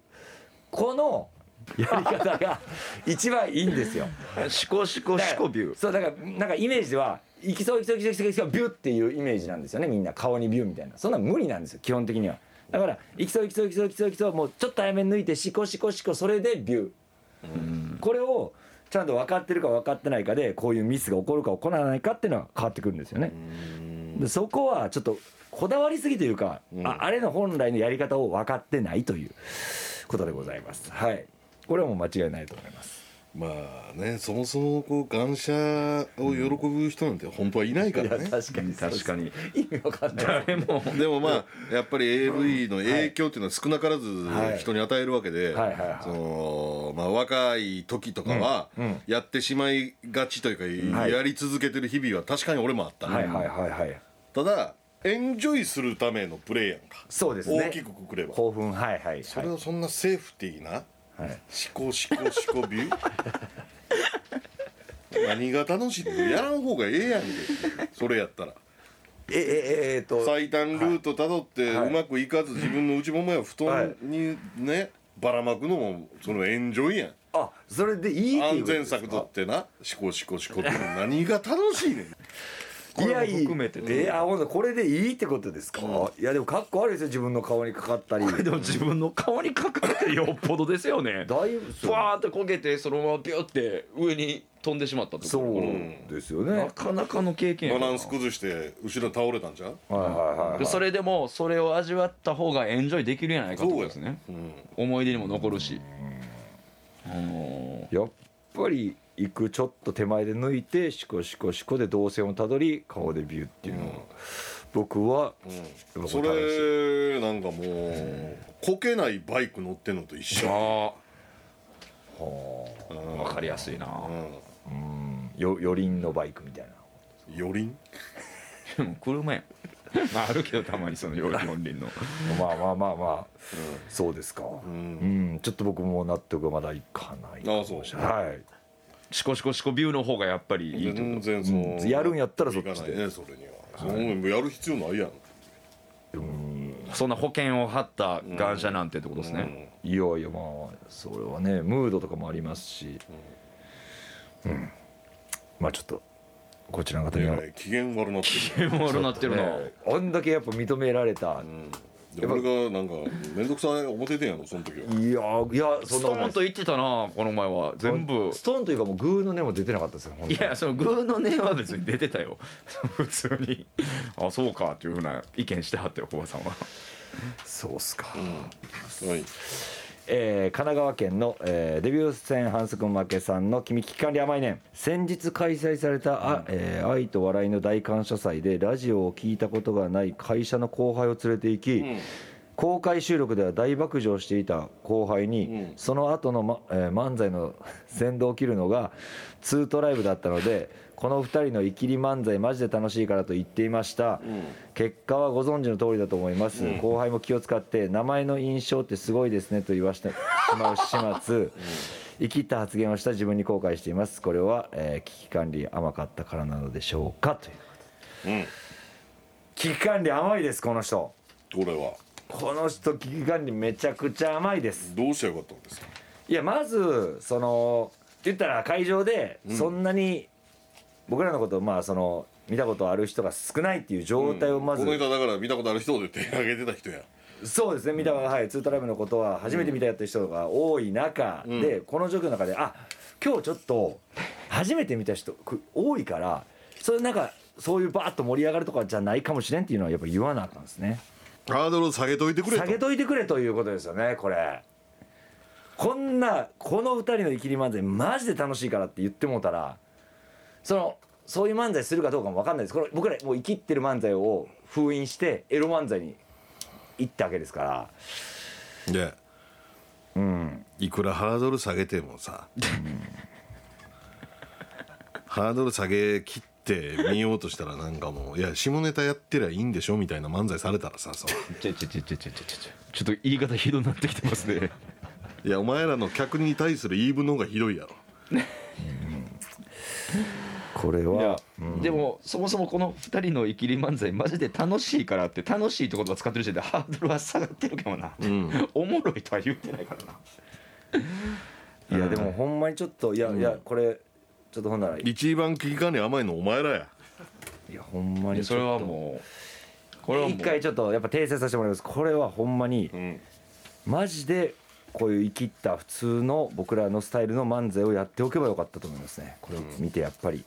[SPEAKER 2] このやり方が一番いいんですよ。
[SPEAKER 3] シコシコシコビュー
[SPEAKER 2] そうだからなんかイメージでは行きそう行きそう行きそう行きそうビュっていうイメージなんですよねみんな顔にビュみたいなそんな無理なんですよ基本的にはだから行きそう行きそう行きそう行きそう行きそうもうちょっと早めに抜いてシコシコシコそれでビュこれをちゃんと分かってるか分かってないかでこういうミスが起こるか起こらないかっていうのは変わってくるんですよねでそこはちょっとこだわりすぎというか、ああれの本来のやり方を分かってないということでございますはいこれはもう間違いないと思います
[SPEAKER 1] まあねそもそもこう感謝を喜ぶ人なんて本当はいないからね、
[SPEAKER 2] 確かに
[SPEAKER 3] 確かに
[SPEAKER 2] 意味わかんない
[SPEAKER 3] 誰も
[SPEAKER 1] でもまあやっぱり AV の影響っていうのは少なからず人に与えるわけで、
[SPEAKER 2] はいはいはいはい
[SPEAKER 1] そのまあ、若い時とかは
[SPEAKER 2] うんうん
[SPEAKER 1] やってしまいがちというか、
[SPEAKER 2] はい
[SPEAKER 1] やり続けてる日々は確かに俺もあった、
[SPEAKER 2] はいはいはいはい
[SPEAKER 1] ただエンジョイするためのプレーやんか
[SPEAKER 2] そうですね
[SPEAKER 1] 大きくくくれば
[SPEAKER 2] 興奮はいはい
[SPEAKER 1] それをそんなセーフティーな
[SPEAKER 2] はい、はい
[SPEAKER 1] シコシコシコビュ
[SPEAKER 2] [laughs]
[SPEAKER 1] ー何が楽しいのやらん方がええやんけそれやったら
[SPEAKER 2] ええええーっと
[SPEAKER 1] 最短ルートたどって
[SPEAKER 2] はいう
[SPEAKER 1] まくいかず自分の内ももや布団にねばらまくのもそのエンジョイやん
[SPEAKER 2] あそれでいいって
[SPEAKER 1] 安
[SPEAKER 2] いうことで
[SPEAKER 1] 全
[SPEAKER 2] すか
[SPEAKER 1] 策とってなシコシコシコビュー何が楽しいねん
[SPEAKER 2] いや
[SPEAKER 3] これも含めて
[SPEAKER 2] いいえーあほんとこれでいいってことですか、いやでもかっこ悪いですよ自分の顔にかかったり
[SPEAKER 3] でも自分の顔にかかってよっぽどですよね
[SPEAKER 2] だいぶ
[SPEAKER 3] ふわーって焦げてそのままビューって上に飛んでしまったってこと
[SPEAKER 2] そう
[SPEAKER 1] うん
[SPEAKER 2] ですよ
[SPEAKER 3] な
[SPEAKER 2] ね、
[SPEAKER 3] かなかの経験や
[SPEAKER 1] バ
[SPEAKER 3] な
[SPEAKER 1] ランス崩して後ろに倒れたんちゃう
[SPEAKER 2] はいはいはい、は
[SPEAKER 3] で
[SPEAKER 2] い、
[SPEAKER 3] それでもそれを味わった方がエンジョイできるやないかってことですね
[SPEAKER 1] うん
[SPEAKER 3] 思い出にも残るしあの
[SPEAKER 2] やっぱり行くちょっと手前で抜いてシコシコシコで動線をたどり顔でビューっていうのを、僕は、
[SPEAKER 1] うんそれなんかもうこけないバイク乗ってんのと一緒
[SPEAKER 3] ー
[SPEAKER 2] は
[SPEAKER 3] あ分かりやすいな
[SPEAKER 1] う、
[SPEAKER 2] あうんよ四輪のバイクみたいなん
[SPEAKER 1] よりん
[SPEAKER 3] でも車やんまああるけどたまにその四輪の
[SPEAKER 2] まあまあまあまあ、そうですか、うんちょっと僕も納得がまだいかない
[SPEAKER 1] ああそう
[SPEAKER 2] はい
[SPEAKER 3] シコシコシコビューの方がやっぱりいいと思う
[SPEAKER 1] 全然その、
[SPEAKER 2] やるんやったらそっちで
[SPEAKER 1] いかないねそれには、そのやる必要ないやん
[SPEAKER 3] そんな保険を張った願車なんてってことですね、
[SPEAKER 2] いやいやまあそれはねムードとかもありますしうん、まあちょっとこちらの方
[SPEAKER 1] い
[SPEAKER 2] には
[SPEAKER 1] やね機嫌悪なって
[SPEAKER 2] [laughs]
[SPEAKER 3] でも悪なってるな、
[SPEAKER 2] ねあんだけやっぱ認められた、
[SPEAKER 1] るで俺がなんか面倒くさい思っててんやろその時はい
[SPEAKER 2] やいやそ
[SPEAKER 3] ス
[SPEAKER 2] んなこ
[SPEAKER 3] ト
[SPEAKER 2] とな
[SPEAKER 3] ー
[SPEAKER 2] い
[SPEAKER 3] ンと言ってたなこの前は全部
[SPEAKER 2] ストーンというかもうグーの根も出てなかったですよ本当
[SPEAKER 3] い
[SPEAKER 2] に
[SPEAKER 3] やそのグーの音は別に出てたよ [laughs] 普通にあそうかっていうふうな意見してはったよ小葉さんは
[SPEAKER 2] そうっすか、
[SPEAKER 1] はい
[SPEAKER 2] えー神奈川県の、えーデビュー戦反則負けさんの「君危機管理甘いねん」先日開催されたあ、えー愛と笑いの大感謝祭でラジオを聞いたことがない会社の後輩を連れて行き、公開収録では大爆笑していた後輩に、
[SPEAKER 1] うん
[SPEAKER 2] その後の、まえー漫才の [laughs] 先導を切るのが2トライブだったのでこの2人のイキり漫才マジで楽しいからと言っていました、結果はご存知の通りだと思います、後輩も気を使って名前の印象ってすごいですねと言わして [laughs] しまう始末生きった発言をした自分に後悔していますこれは、えー危機管理甘かったからなのでしょうかという
[SPEAKER 1] うん
[SPEAKER 2] 危機管理甘いですこの人
[SPEAKER 1] 俺は
[SPEAKER 2] この人危機管理めちゃくちゃ甘いです
[SPEAKER 1] どうしてよかったんですか
[SPEAKER 2] いやまずその言ったら会場でそんなに僕らのことまあその見たことある人が少ないっていう状態をまず、
[SPEAKER 1] この人だから見たことある人で手挙げてた人や
[SPEAKER 2] そうですね見たは、はいツートライブのことは初めて見たやってる人が多い中、でこの状況の中であ今日ちょっと初めて見た人く多いからそれなんかそういうバーッと盛り上がるとかじゃないかもしれんっていうのはやっぱ言わなあかんですね
[SPEAKER 1] ハードル下げといてくれと
[SPEAKER 2] 下げといてくれということですよねこれこんなこの2人のイキり漫才マジで楽しいからって言ってもうたらそのそういう漫才するかどうかも分かんないですこれ僕らもうイキってる漫才を封印してエロ漫才に行ったわけですから
[SPEAKER 1] で、いくらハードル下げてもさ、ハードル下げ切って見ようとしたらなんかもういや下ネタやってりゃいいんでしょみたいな漫才されたらさそう
[SPEAKER 3] ちょちょちょちょちょちょちょちょっと言い方ひどになってきてますね
[SPEAKER 1] [laughs] いやお前らの客に対する言い分の方がひどいやろ
[SPEAKER 2] これ
[SPEAKER 3] いや
[SPEAKER 2] は、
[SPEAKER 3] でもそもそもこの2人のイキり漫才マジで楽しいからって楽しいって言葉使ってる時点でハードルは下がってるかもな、おもろいとは言ってないからな
[SPEAKER 2] や
[SPEAKER 3] い
[SPEAKER 2] でもほんまにちょっといや、いやこれちょっとほんならい
[SPEAKER 1] 一番危機管理甘いのお前らや
[SPEAKER 2] やほんま
[SPEAKER 3] いや
[SPEAKER 2] に
[SPEAKER 3] それはもうこれはもう
[SPEAKER 2] 一回ちょっとやっぱ訂正させてもらいますこれはほんまに、
[SPEAKER 1] ん
[SPEAKER 2] マジでこういう生きった普通の僕らのスタイルの漫才をやっておけばよかったと思いますねこれを見てやっぱり、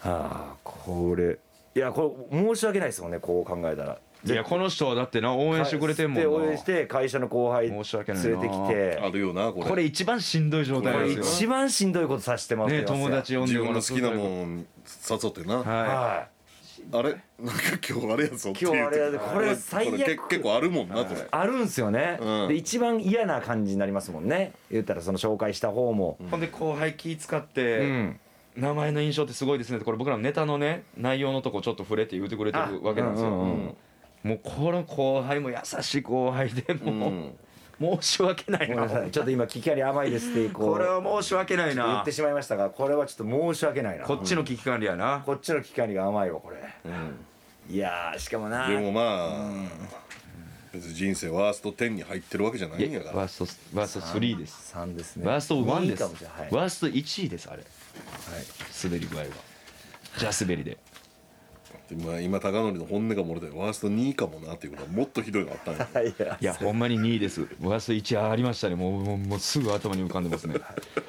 [SPEAKER 2] はあこれいやこれ申し訳ないですもんねこう考えたら
[SPEAKER 3] いやこの人はだってな応援してくれてんもん
[SPEAKER 2] で
[SPEAKER 3] な
[SPEAKER 2] 応援して会社の後輩連れ
[SPEAKER 3] 申し訳
[SPEAKER 2] て
[SPEAKER 3] な
[SPEAKER 2] き
[SPEAKER 3] いな
[SPEAKER 2] て
[SPEAKER 1] あるよなこれ
[SPEAKER 3] これ一番しんどい状
[SPEAKER 2] こ
[SPEAKER 3] 態
[SPEAKER 2] れ
[SPEAKER 3] です
[SPEAKER 2] 一
[SPEAKER 3] よ
[SPEAKER 2] 番しんどいことさせてもらって
[SPEAKER 3] ね
[SPEAKER 2] ますよ
[SPEAKER 3] 友達呼んで
[SPEAKER 1] 自分の好きな
[SPEAKER 3] ん
[SPEAKER 1] もん誘ってな、
[SPEAKER 3] は
[SPEAKER 2] はい
[SPEAKER 1] あれなんか今日あれやぞって
[SPEAKER 2] 今
[SPEAKER 1] 言うて
[SPEAKER 2] 日あれやでこれ最悪
[SPEAKER 1] これ結結構あるもんなこれ、
[SPEAKER 2] あるんすよね、
[SPEAKER 1] うん
[SPEAKER 2] で一番嫌な感じになりますもんね言ったらその紹介した方も、
[SPEAKER 3] いほんで後輩気使
[SPEAKER 2] う
[SPEAKER 3] って
[SPEAKER 2] ん
[SPEAKER 3] 名前の印象ってすごいですねってこれ僕らのネタのね内容のとこちょっと触れて言うてくれてるわけなんです
[SPEAKER 2] あ
[SPEAKER 3] よ
[SPEAKER 2] うんうんうん
[SPEAKER 3] もうこの後輩も優しい後輩で
[SPEAKER 1] う
[SPEAKER 3] も
[SPEAKER 1] ん
[SPEAKER 3] う申し訳ない
[SPEAKER 2] ごめん
[SPEAKER 3] な
[SPEAKER 2] なさい [laughs] ちょっと今聞きあり甘いですってこう
[SPEAKER 3] これは申し訳ない
[SPEAKER 2] 言
[SPEAKER 3] な
[SPEAKER 2] ってしまいましたがこれはちょっと申し訳ないな
[SPEAKER 3] こっちの危機管理やな
[SPEAKER 2] こっちの機会が甘いわこれ
[SPEAKER 1] うん
[SPEAKER 2] いやーしかもな
[SPEAKER 1] でもまあ、別に人生ワースト10に入ってるわけじゃないんやから
[SPEAKER 3] ワーストワースト3です
[SPEAKER 2] 3ですね
[SPEAKER 3] ワースト1です
[SPEAKER 2] 二位かもしれない、はい
[SPEAKER 3] ワースト1位ですあれ
[SPEAKER 2] はい
[SPEAKER 3] 滑り具合はじゃあ滑りで
[SPEAKER 1] 今今高則の本音が漏れてワースト2かもなっていうことはもっとひどいのあったん [laughs] や
[SPEAKER 2] はいや
[SPEAKER 3] いやほんまに2位ですワースト1ありましたねもうもうもうすぐ頭に浮かんでますね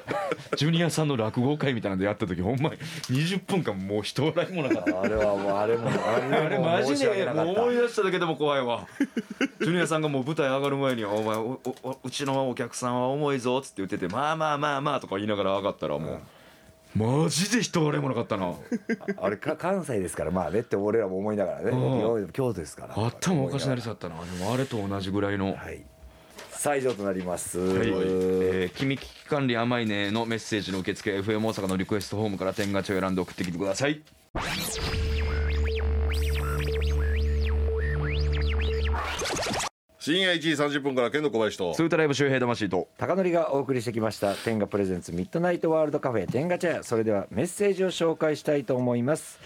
[SPEAKER 3] [laughs] ジュニアさんの落語会みたいなのでやった時ほんまに20分間もう人笑いもなかった
[SPEAKER 2] あれはもうあれもあ
[SPEAKER 3] [laughs] あ
[SPEAKER 2] れ
[SPEAKER 3] れ
[SPEAKER 2] も
[SPEAKER 3] マ
[SPEAKER 2] 申
[SPEAKER 3] ジ
[SPEAKER 2] し訳
[SPEAKER 3] で
[SPEAKER 2] なか
[SPEAKER 3] もう
[SPEAKER 2] っ
[SPEAKER 3] 思い出しただけでも怖いわジュニアさんがもう舞台上がる前に「お前おおおうちのお客さんは重いぞ」っつって言ってて「まあまあまあまあ」とか言いながら上がったらもう、マジで人笑いもなかったな
[SPEAKER 2] たあれか関西ですからまあねって俺らも思いながらね日
[SPEAKER 3] ん
[SPEAKER 2] 本でも京都ですから
[SPEAKER 3] 頭おかしなりそうだったなでもあれと同じぐらいの
[SPEAKER 2] はいさあ以上となります
[SPEAKER 3] はい、えー君危機管理甘いねのメッセージの受付 FM 大阪のリクエストホームから天ガチャを選んで送ってきてください。
[SPEAKER 1] 深夜1時30分から剣道小林と
[SPEAKER 3] スータライブ周平魂と
[SPEAKER 2] 高典がお送りしてきました「天ガプレゼンツミッドナイトワールドカフェ天ガ茶屋」それではメッセージを紹介したいと思います、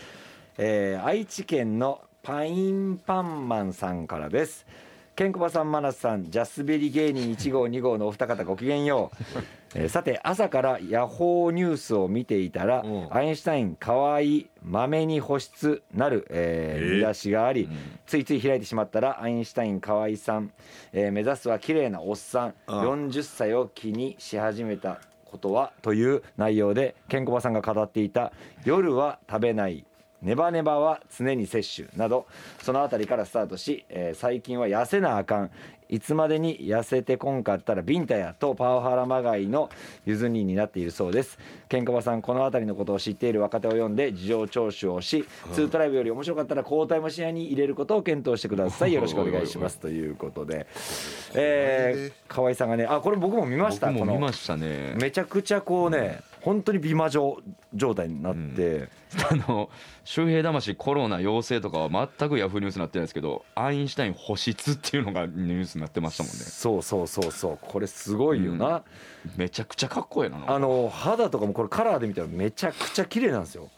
[SPEAKER 2] えー愛知県のパインパンマンさんからですケンコバさんマナスさんジャスベリ芸人1号2号のお二方ごきげんよう、 [laughs] えーさて朝からヤホーニュースを見ていたら、
[SPEAKER 1] うん
[SPEAKER 2] アインシュタイン可愛い豆に保湿なる、えー
[SPEAKER 1] えー
[SPEAKER 2] 見出しがあり、ついつい開いてしまったらアインシュタイン河井さん、えー目指すは綺麗なおっさん
[SPEAKER 1] ああ
[SPEAKER 2] 40歳を気にし始めたことはという内容でケンコバさんが語っていた「夜は食べない」「ネバネバは常に摂取」などその辺りからスタートし、えー最近は痩せなあかん」いつまでに痩せてこんかったらビンタやとパワハラまがいのゆずにになっているそうですケンコバさんこの辺りのことを知っている若手を読んで事情聴取をし2トライブより面白かったら交代も視野に入れることを検討してくださいよろしくお願いしますということでえー河合さんがねあこれ僕も見ました
[SPEAKER 3] 僕
[SPEAKER 2] こ
[SPEAKER 3] も
[SPEAKER 2] の
[SPEAKER 3] 見ましたね
[SPEAKER 2] めちゃくちゃこうね本当に美魔女状態になって、
[SPEAKER 3] [laughs] あの周平魂コロナ陽性とかは全くヤフーニュースになってないですけどアインシュタイン保湿っていうのがニュースになってましたもんね
[SPEAKER 2] そうそうそうそうこれすごいよな、
[SPEAKER 3] めちゃくちゃかっこええな
[SPEAKER 2] あ
[SPEAKER 3] の
[SPEAKER 2] の肌とかもこれカラーで見たらめちゃくちゃ綺麗なんですよ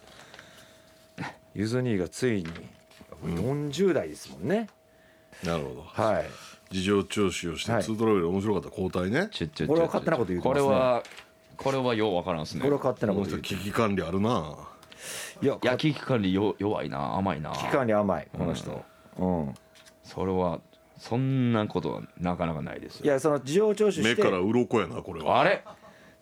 [SPEAKER 2] ゆず兄がついに40代ですもんね、
[SPEAKER 1] なるほど
[SPEAKER 2] はい
[SPEAKER 1] 事情聴取をして、
[SPEAKER 2] はい
[SPEAKER 1] ツートライブより面白かったら交代ね
[SPEAKER 3] ちょちょちょ
[SPEAKER 2] これは勝手なこと言うてますね
[SPEAKER 3] これはこれはようわからんですね
[SPEAKER 2] これは勝手な
[SPEAKER 1] こ
[SPEAKER 2] こ
[SPEAKER 1] の
[SPEAKER 2] と言
[SPEAKER 1] 人
[SPEAKER 2] うて
[SPEAKER 1] 危機管理あるな
[SPEAKER 2] や
[SPEAKER 3] 焼き期間によ弱いな甘いな
[SPEAKER 2] 期間に甘いこの人うん、
[SPEAKER 3] それはそんなことはなかなかないです
[SPEAKER 2] い
[SPEAKER 3] よ
[SPEAKER 2] やその事情聴取し
[SPEAKER 1] 目
[SPEAKER 2] て
[SPEAKER 1] から鱗やなこれは
[SPEAKER 3] あれ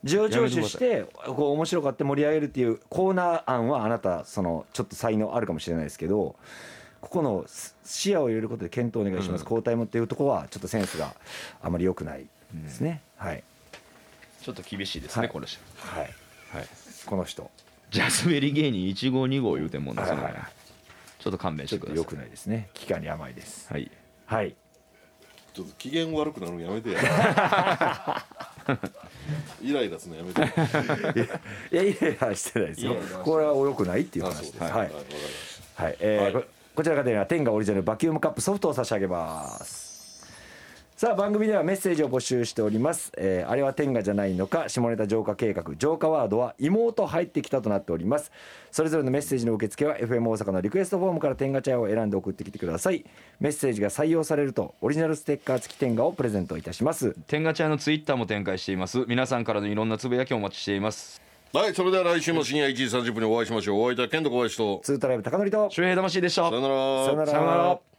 [SPEAKER 2] 事情聴取してこう面白かって盛り上げるっていうコーナー案はあなたそのちょっと才能あるかもしれないですけどここのす視野を入れることで検討お願いします、交代もっていうところはちょっとセンスがあまり良くないですね、はい、
[SPEAKER 3] ちょっと厳しいですね、
[SPEAKER 2] はい
[SPEAKER 3] この人
[SPEAKER 2] はい、
[SPEAKER 3] はい
[SPEAKER 2] この人
[SPEAKER 3] ジャスベリ芸人1号2号言うてもんなその
[SPEAKER 2] はいはい
[SPEAKER 3] ちょっと勘弁し
[SPEAKER 2] ちょ
[SPEAKER 3] て
[SPEAKER 2] っと
[SPEAKER 3] く
[SPEAKER 2] 良
[SPEAKER 3] ださい
[SPEAKER 2] くないですね期間に甘いです
[SPEAKER 3] はい
[SPEAKER 2] はい
[SPEAKER 1] ちょっと機嫌悪くなるのやめ [laughs] てやイライラするのやめてや
[SPEAKER 2] いやいやいやしてないですよ
[SPEAKER 1] いやいや
[SPEAKER 2] これは良くないっていう
[SPEAKER 1] あ
[SPEAKER 2] 話
[SPEAKER 1] そう
[SPEAKER 2] で
[SPEAKER 1] ですす
[SPEAKER 2] は、
[SPEAKER 1] はいい、はい
[SPEAKER 2] は
[SPEAKER 1] い、わかりまし
[SPEAKER 2] えー
[SPEAKER 1] はい
[SPEAKER 2] ここちらがでは天がオリジナルバキュームカップソフトを差し上げますさあ番組ではメッセージを募集しております、えーあれは天下じゃないのか下ネタ浄化計画浄化ワードは妹入ってきたとなっておりますそれぞれのメッセージの受付は FM 大阪のリクエストフォームから天下茶屋を選んで送ってきてくださいメッセージが採用されるとオリジナルステッカー付き天下をプレゼントいたします
[SPEAKER 3] 天ガチャのツイッターも展開しています皆さんからのいろんなつぶやきをお待ちしています
[SPEAKER 1] たはいそれでは来週も深夜1時30分にお会いしましょうお会いいたい剣道小林と
[SPEAKER 2] ツートライブ高典と
[SPEAKER 3] 周平魂でした
[SPEAKER 1] さよなら
[SPEAKER 2] さよなら
[SPEAKER 3] さよなら